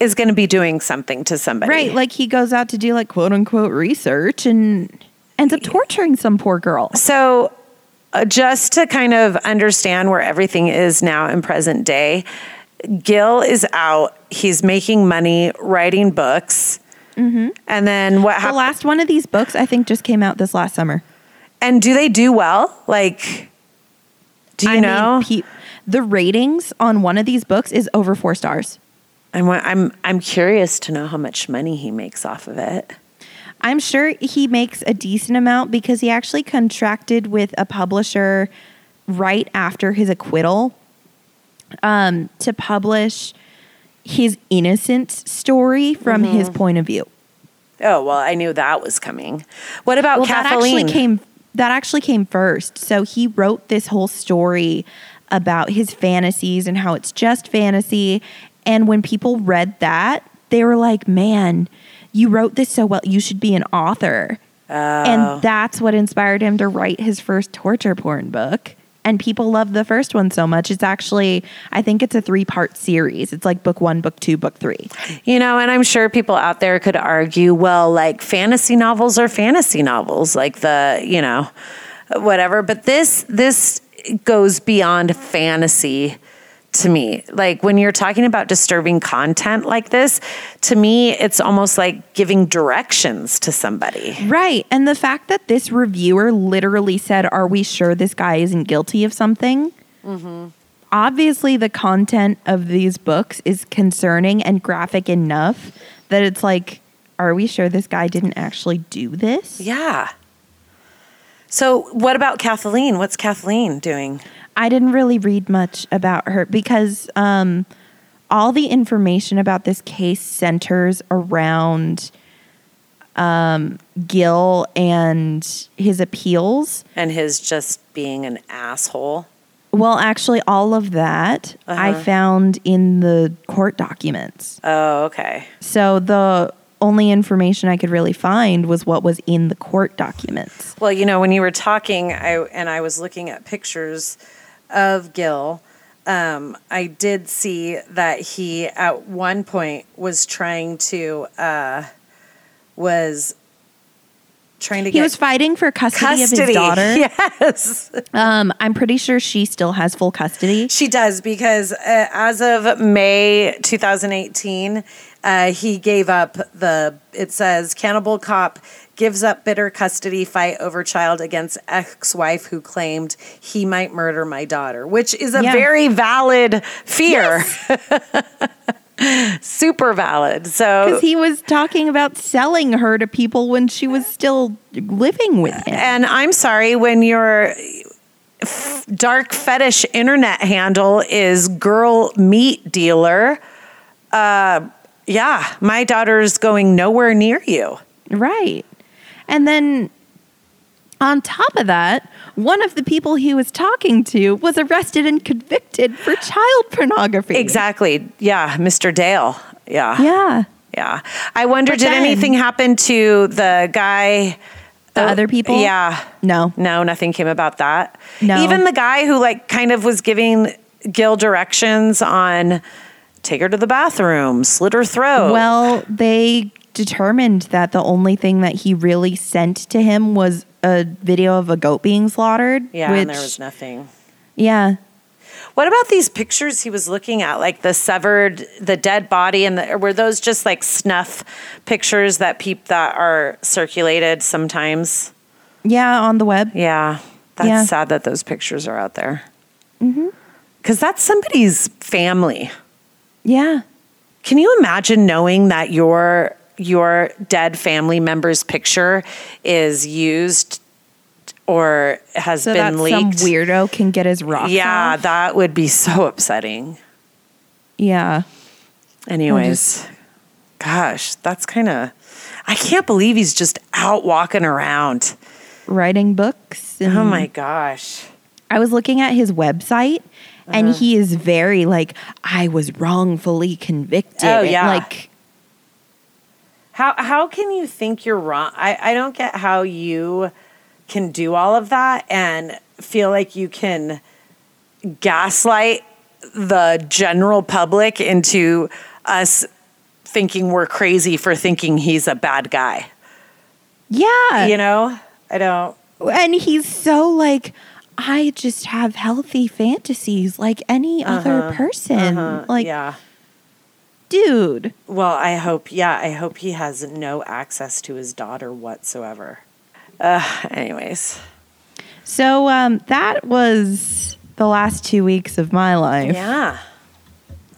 Speaker 2: is going to be doing something to somebody.
Speaker 1: right like he goes out to do like quote unquote research and ends up torturing some poor girl
Speaker 2: So, uh, just to kind of understand where everything is now in present day, Gil is out. He's making money writing books. And
Speaker 1: Mm-hmm.
Speaker 2: then what
Speaker 1: the
Speaker 2: happens?
Speaker 1: last one of these books i think just came out this last summer
Speaker 2: and do they do well? Like, do you
Speaker 1: i
Speaker 2: know?
Speaker 1: mean pe- the ratings on one of these books is over four stars
Speaker 2: I want, I'm I'm curious to know how much money he makes off of it.
Speaker 1: i'm sure he makes a decent amount because he actually contracted with a publisher right after his acquittal um, to publish his innocent story from his point of view
Speaker 2: Oh well, I knew that was coming. What about
Speaker 1: well,
Speaker 2: Kathleen?
Speaker 1: that actually came that actually came first. So he wrote this whole story about his fantasies and how it's just fantasy. And when people read that, they were like, "Man, you wrote this so well. You should be an author."
Speaker 2: Oh.
Speaker 1: And that's what inspired him to write his first torture porn book. And people love the first one so much. It's actually, I think it's a three part series. It's like book one, book two, book three.
Speaker 2: You know, and I'm sure people out there could argue, well, like fantasy novels are fantasy novels, like the, you know, whatever, but this this goes beyond fantasy to me. Like when you're talking about disturbing content like this, to me it's almost like giving directions to somebody.
Speaker 1: Right. And the fact that this reviewer literally said, Are we sure this guy isn't guilty of something? Obviously, the content of these books is concerning and graphic enough that it's like, Are we sure this guy didn't actually do this?
Speaker 2: Yeah. So, what about Kathleen? What's Kathleen doing?
Speaker 1: I didn't really read much about her because um, all the information about this case centers around um, Gil and his appeals.
Speaker 2: And his just being an asshole.
Speaker 1: Well, actually, all of that I
Speaker 2: Uh-huh.
Speaker 1: found in the court documents.
Speaker 2: Oh, okay.
Speaker 1: So the only information I could really find was what was in the court documents.
Speaker 2: Well, you know, when you were talking, I and I was looking at pictures of Gil. Um, I did see that he at one point was trying to uh, was trying to
Speaker 1: He
Speaker 2: get
Speaker 1: was fighting for custody,
Speaker 2: custody.
Speaker 1: of his daughter.
Speaker 2: [laughs] Yes,
Speaker 1: Um, I'm pretty sure she still has full custody.
Speaker 2: she does because uh, as of May 2018, uh, he gave up the. It says cannibal cop gives up bitter custody fight over child against ex-wife who claimed he might murder my daughter, which is a
Speaker 1: Yeah.
Speaker 2: very valid fear. [laughs] Super valid. So
Speaker 1: Because he was talking about selling her to people when she was still living with him.
Speaker 2: and I'm sorry when your f- dark fetish internet handle is girl meat dealer. Uh, yeah, my uh. daughter's going nowhere near you.
Speaker 1: Right. And then On top of that, one of the people he was talking to was arrested and convicted for child pornography.
Speaker 2: Exactly. Yeah, Mr. Dale. Yeah.
Speaker 1: Yeah.
Speaker 2: Yeah. I wonder
Speaker 1: But
Speaker 2: did
Speaker 1: then-
Speaker 2: anything happen to the guy
Speaker 1: The
Speaker 2: Oh,
Speaker 1: other people?
Speaker 2: Yeah.
Speaker 1: No.
Speaker 2: No, nothing came about that.
Speaker 1: No.
Speaker 2: Even the guy who like kind of was giving Gil directions on take her to the bathroom, slit her throat.
Speaker 1: Well, they determined that the only thing that he really sent to him was a video of a goat being slaughtered.
Speaker 2: yeah,
Speaker 1: which,
Speaker 2: and there was nothing.
Speaker 1: yeah.
Speaker 2: What about these pictures he was looking at, like the severed, the dead body, and the, were those just like snuff pictures that peep that are circulated sometimes?
Speaker 1: Yeah, on the web.
Speaker 2: Yeah, that's
Speaker 1: Yeah. Mm-hmm.
Speaker 2: sad that those pictures are out there. Because that's somebody's family.
Speaker 1: Yeah.
Speaker 2: Can you imagine knowing that your your dead family member's picture is used or has
Speaker 1: So that
Speaker 2: been leaked?
Speaker 1: some weirdo can get his rocks
Speaker 2: yeah,
Speaker 1: off.
Speaker 2: that would be so upsetting.
Speaker 1: yeah.
Speaker 2: Anyways, gosh, that's kind of. I can't believe he's just out walking around.
Speaker 1: Writing books. And
Speaker 2: Oh my gosh.
Speaker 1: I was looking at his website and
Speaker 2: uh-huh.
Speaker 1: he is very like, I was wrongfully convicted.
Speaker 2: Oh, yeah.
Speaker 1: Like,
Speaker 2: How how can you think you're wrong? I, I don't get how you can do all of that and feel like you can gaslight the general public into us thinking we're crazy for thinking he's a bad guy.
Speaker 1: yeah.
Speaker 2: You know? I don't
Speaker 1: and he's so like i just have healthy fantasies like any other person like
Speaker 2: Uh-huh. uh, yeah.
Speaker 1: dude
Speaker 2: Well, I hope, yeah, I hope he has no access to his daughter whatsoever. Uh, anyways.
Speaker 1: so um, that was the last two weeks of my life
Speaker 2: Yeah.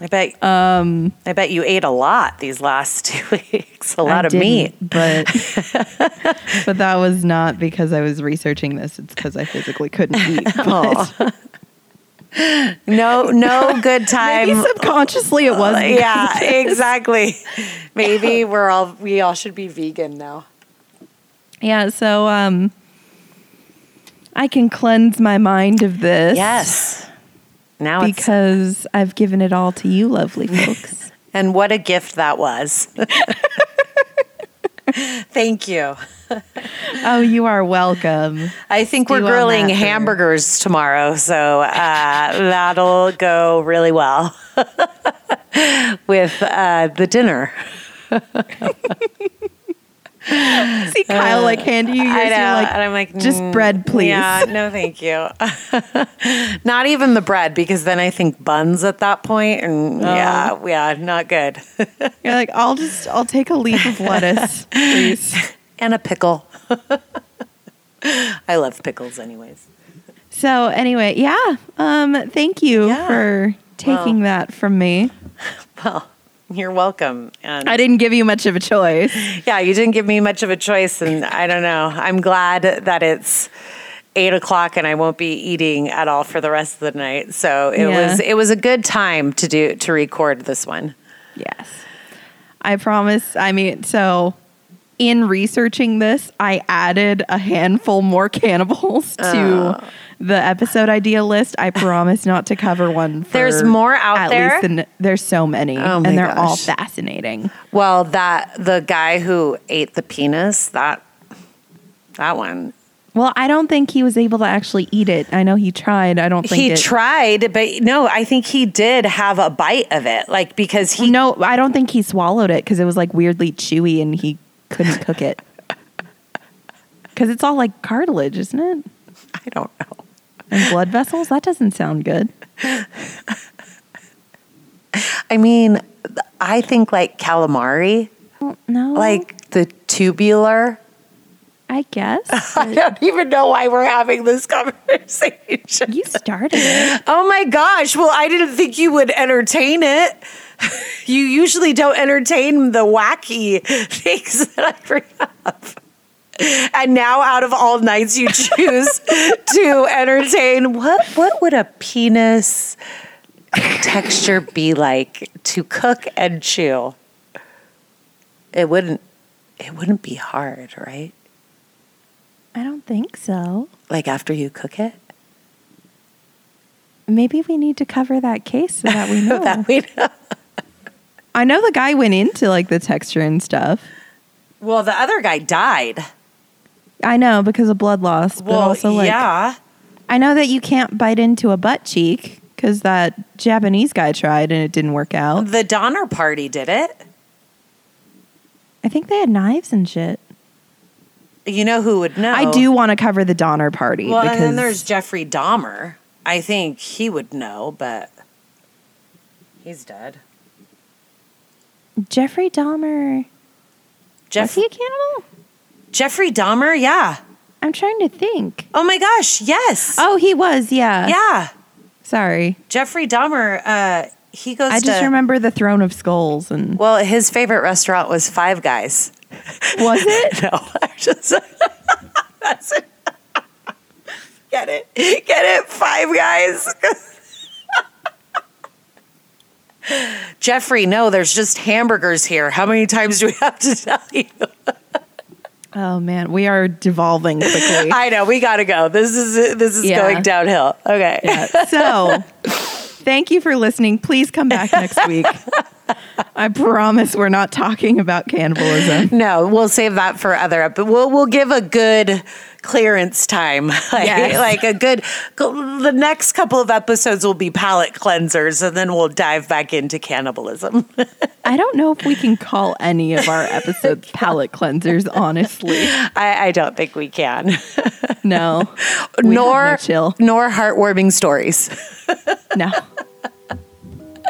Speaker 2: I bet. I bet you ate a lot these last [laughs] two weeks. A
Speaker 1: I
Speaker 2: lot of
Speaker 1: didn't,
Speaker 2: meat.
Speaker 1: [laughs]
Speaker 2: [laughs]
Speaker 1: but but that was not because i was researching this it's because i physically
Speaker 2: [laughs]
Speaker 1: couldn't eat but
Speaker 2: No, no [laughs] good
Speaker 1: [laughs]
Speaker 2: time.
Speaker 1: maybe subconsciously it was
Speaker 2: [laughs] yeah, [laughs] exactly. Maybe we're all we all should be vegan now.
Speaker 1: yeah so um i can cleanse my mind of this
Speaker 2: Yes. Now it's
Speaker 1: because I've given it all to you, [laughs] lovely folks.
Speaker 2: and what a gift that was. [laughs] Thank you.
Speaker 1: oh, you are welcome.
Speaker 2: I think
Speaker 1: Stew
Speaker 2: we're
Speaker 1: on
Speaker 2: grilling
Speaker 1: that for-
Speaker 2: hamburgers tomorrow, so uh, that'll go really well [laughs] with uh, the dinner.
Speaker 1: See Kyle like handing you yours.
Speaker 2: I know,
Speaker 1: you're like,
Speaker 2: and I'm like,
Speaker 1: just
Speaker 2: "Mm,
Speaker 1: bread, please.
Speaker 2: Yeah, no, thank you. [laughs] not even the bread, because then I think buns at that point, and yeah, yeah, not good.
Speaker 1: [laughs] You're like, I'll just, I'll take a leaf of [laughs] lettuce, please.
Speaker 2: and a pickle. [laughs] I love pickles, anyways.
Speaker 1: So anyway, yeah. Um, thank you
Speaker 2: Yeah.
Speaker 1: for taking that from me.
Speaker 2: Well, you're welcome. And
Speaker 1: I didn't give you much of a choice.
Speaker 2: yeah, you didn't give me much of a choice, and I don't know. I'm glad that it's eight o'clock and I won't be eating at all for the rest of the night. So it
Speaker 1: Yeah.
Speaker 2: was it was a good time to do to record this one.
Speaker 1: Yes. I promise. I mean, so in researching this, I added a handful more [laughs] cannibals to the episode idea list. I promise not to cover one. For
Speaker 2: There's more out
Speaker 1: at
Speaker 2: there?
Speaker 1: Least than, there's so many,
Speaker 2: Oh my
Speaker 1: and they're all
Speaker 2: gosh.
Speaker 1: fascinating.
Speaker 2: Well, that the guy who ate the penis, that that one.
Speaker 1: Well, I don't think he was able to actually eat it. I know he tried. I don't think
Speaker 2: He
Speaker 1: it-
Speaker 2: tried, but no, I think he did have a bite of it, like because he
Speaker 1: No, I don't think he swallowed it because it was like weirdly chewy, and he couldn't cook it. Because it's all like cartilage, isn't it?
Speaker 2: I don't know.
Speaker 1: And blood vessels? That doesn't sound good.
Speaker 2: I mean, I think like calamari, Mm-hmm.
Speaker 1: No.
Speaker 2: like the tubular. [laughs]
Speaker 1: I guess.
Speaker 2: I don't even know why we're having this conversation.
Speaker 1: You started [laughs] it.
Speaker 2: Oh my gosh. Well, I didn't think you would entertain it. [laughs] You usually don't entertain the wacky [laughs] things that I bring up. And now out of all nights you [laughs] choose to entertain what what would a penis texture be like to cook and chew? It wouldn't it wouldn't be hard, right?
Speaker 1: I don't think so.
Speaker 2: Like after you cook it? [laughs]
Speaker 1: Maybe we need to cover that case so [laughs] that we know.
Speaker 2: That we know.
Speaker 1: I know the guy went into like the texture and stuff.
Speaker 2: Well, the other guy died.
Speaker 1: I know because of blood loss, but
Speaker 2: Well,
Speaker 1: also like
Speaker 2: yeah.
Speaker 1: I know that you can't bite into a butt cheek because that Japanese guy tried and it didn't work out.
Speaker 2: The Donner Party did it.
Speaker 1: I think they had knives and shit. Oh.
Speaker 2: You know who would know?
Speaker 1: I do want to cover the Donner party
Speaker 2: Well,
Speaker 1: because
Speaker 2: and then there's Jeffrey Dahmer. I think he would know, but he's dead.
Speaker 1: Jeffrey Dahmer. Was
Speaker 2: Jeff-
Speaker 1: he a cannibal?
Speaker 2: Jeffrey Dahmer, yeah.
Speaker 1: I'm trying to think.
Speaker 2: Oh my gosh, yes.
Speaker 1: Oh, he was. Yeah.
Speaker 2: Yeah.
Speaker 1: Sorry.
Speaker 2: Jeffrey Dahmer, uh, he goes
Speaker 1: I just
Speaker 2: to-
Speaker 1: remember the Throne of Skulls and
Speaker 2: Well, his favorite restaurant was Five Guys.
Speaker 1: was it?
Speaker 2: No, [laughs] I just that's it. [laughs] Get it, get it, Five Guys. [laughs] Jeffrey, no, there's just hamburgers here. How many times do we have to tell
Speaker 1: [laughs]
Speaker 2: you?
Speaker 1: [laughs] Oh man, we are devolving quickly.
Speaker 2: [laughs] I know we got to go. This is this is
Speaker 1: Yeah.
Speaker 2: going downhill. Okay.
Speaker 1: so, thank you for listening. Please come back next
Speaker 2: [laughs]
Speaker 1: week. I promise we're not talking about cannibalism.
Speaker 2: [laughs] No, we'll save that for other up. But we'll we'll give a good clearance time. [laughs] Like,
Speaker 1: Yes.
Speaker 2: like a good the next couple of episodes will be palate cleansers and then we'll dive back into cannibalism.
Speaker 1: I don't know if we can call any of our
Speaker 2: [laughs]
Speaker 1: episodes palate cleansers, honestly.
Speaker 2: I, I don't think we can.
Speaker 1: No. We have
Speaker 2: nor
Speaker 1: no chill.
Speaker 2: nor heartwarming stories.
Speaker 1: No.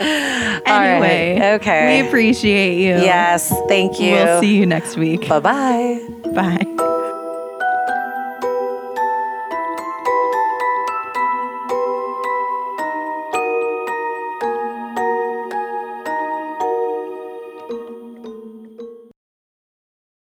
Speaker 2: right.
Speaker 1: Anyway,
Speaker 2: Okay.
Speaker 1: We appreciate you.
Speaker 2: Yes. Thank you.
Speaker 1: We'll see you next week.
Speaker 2: Bye bye.
Speaker 1: Bye.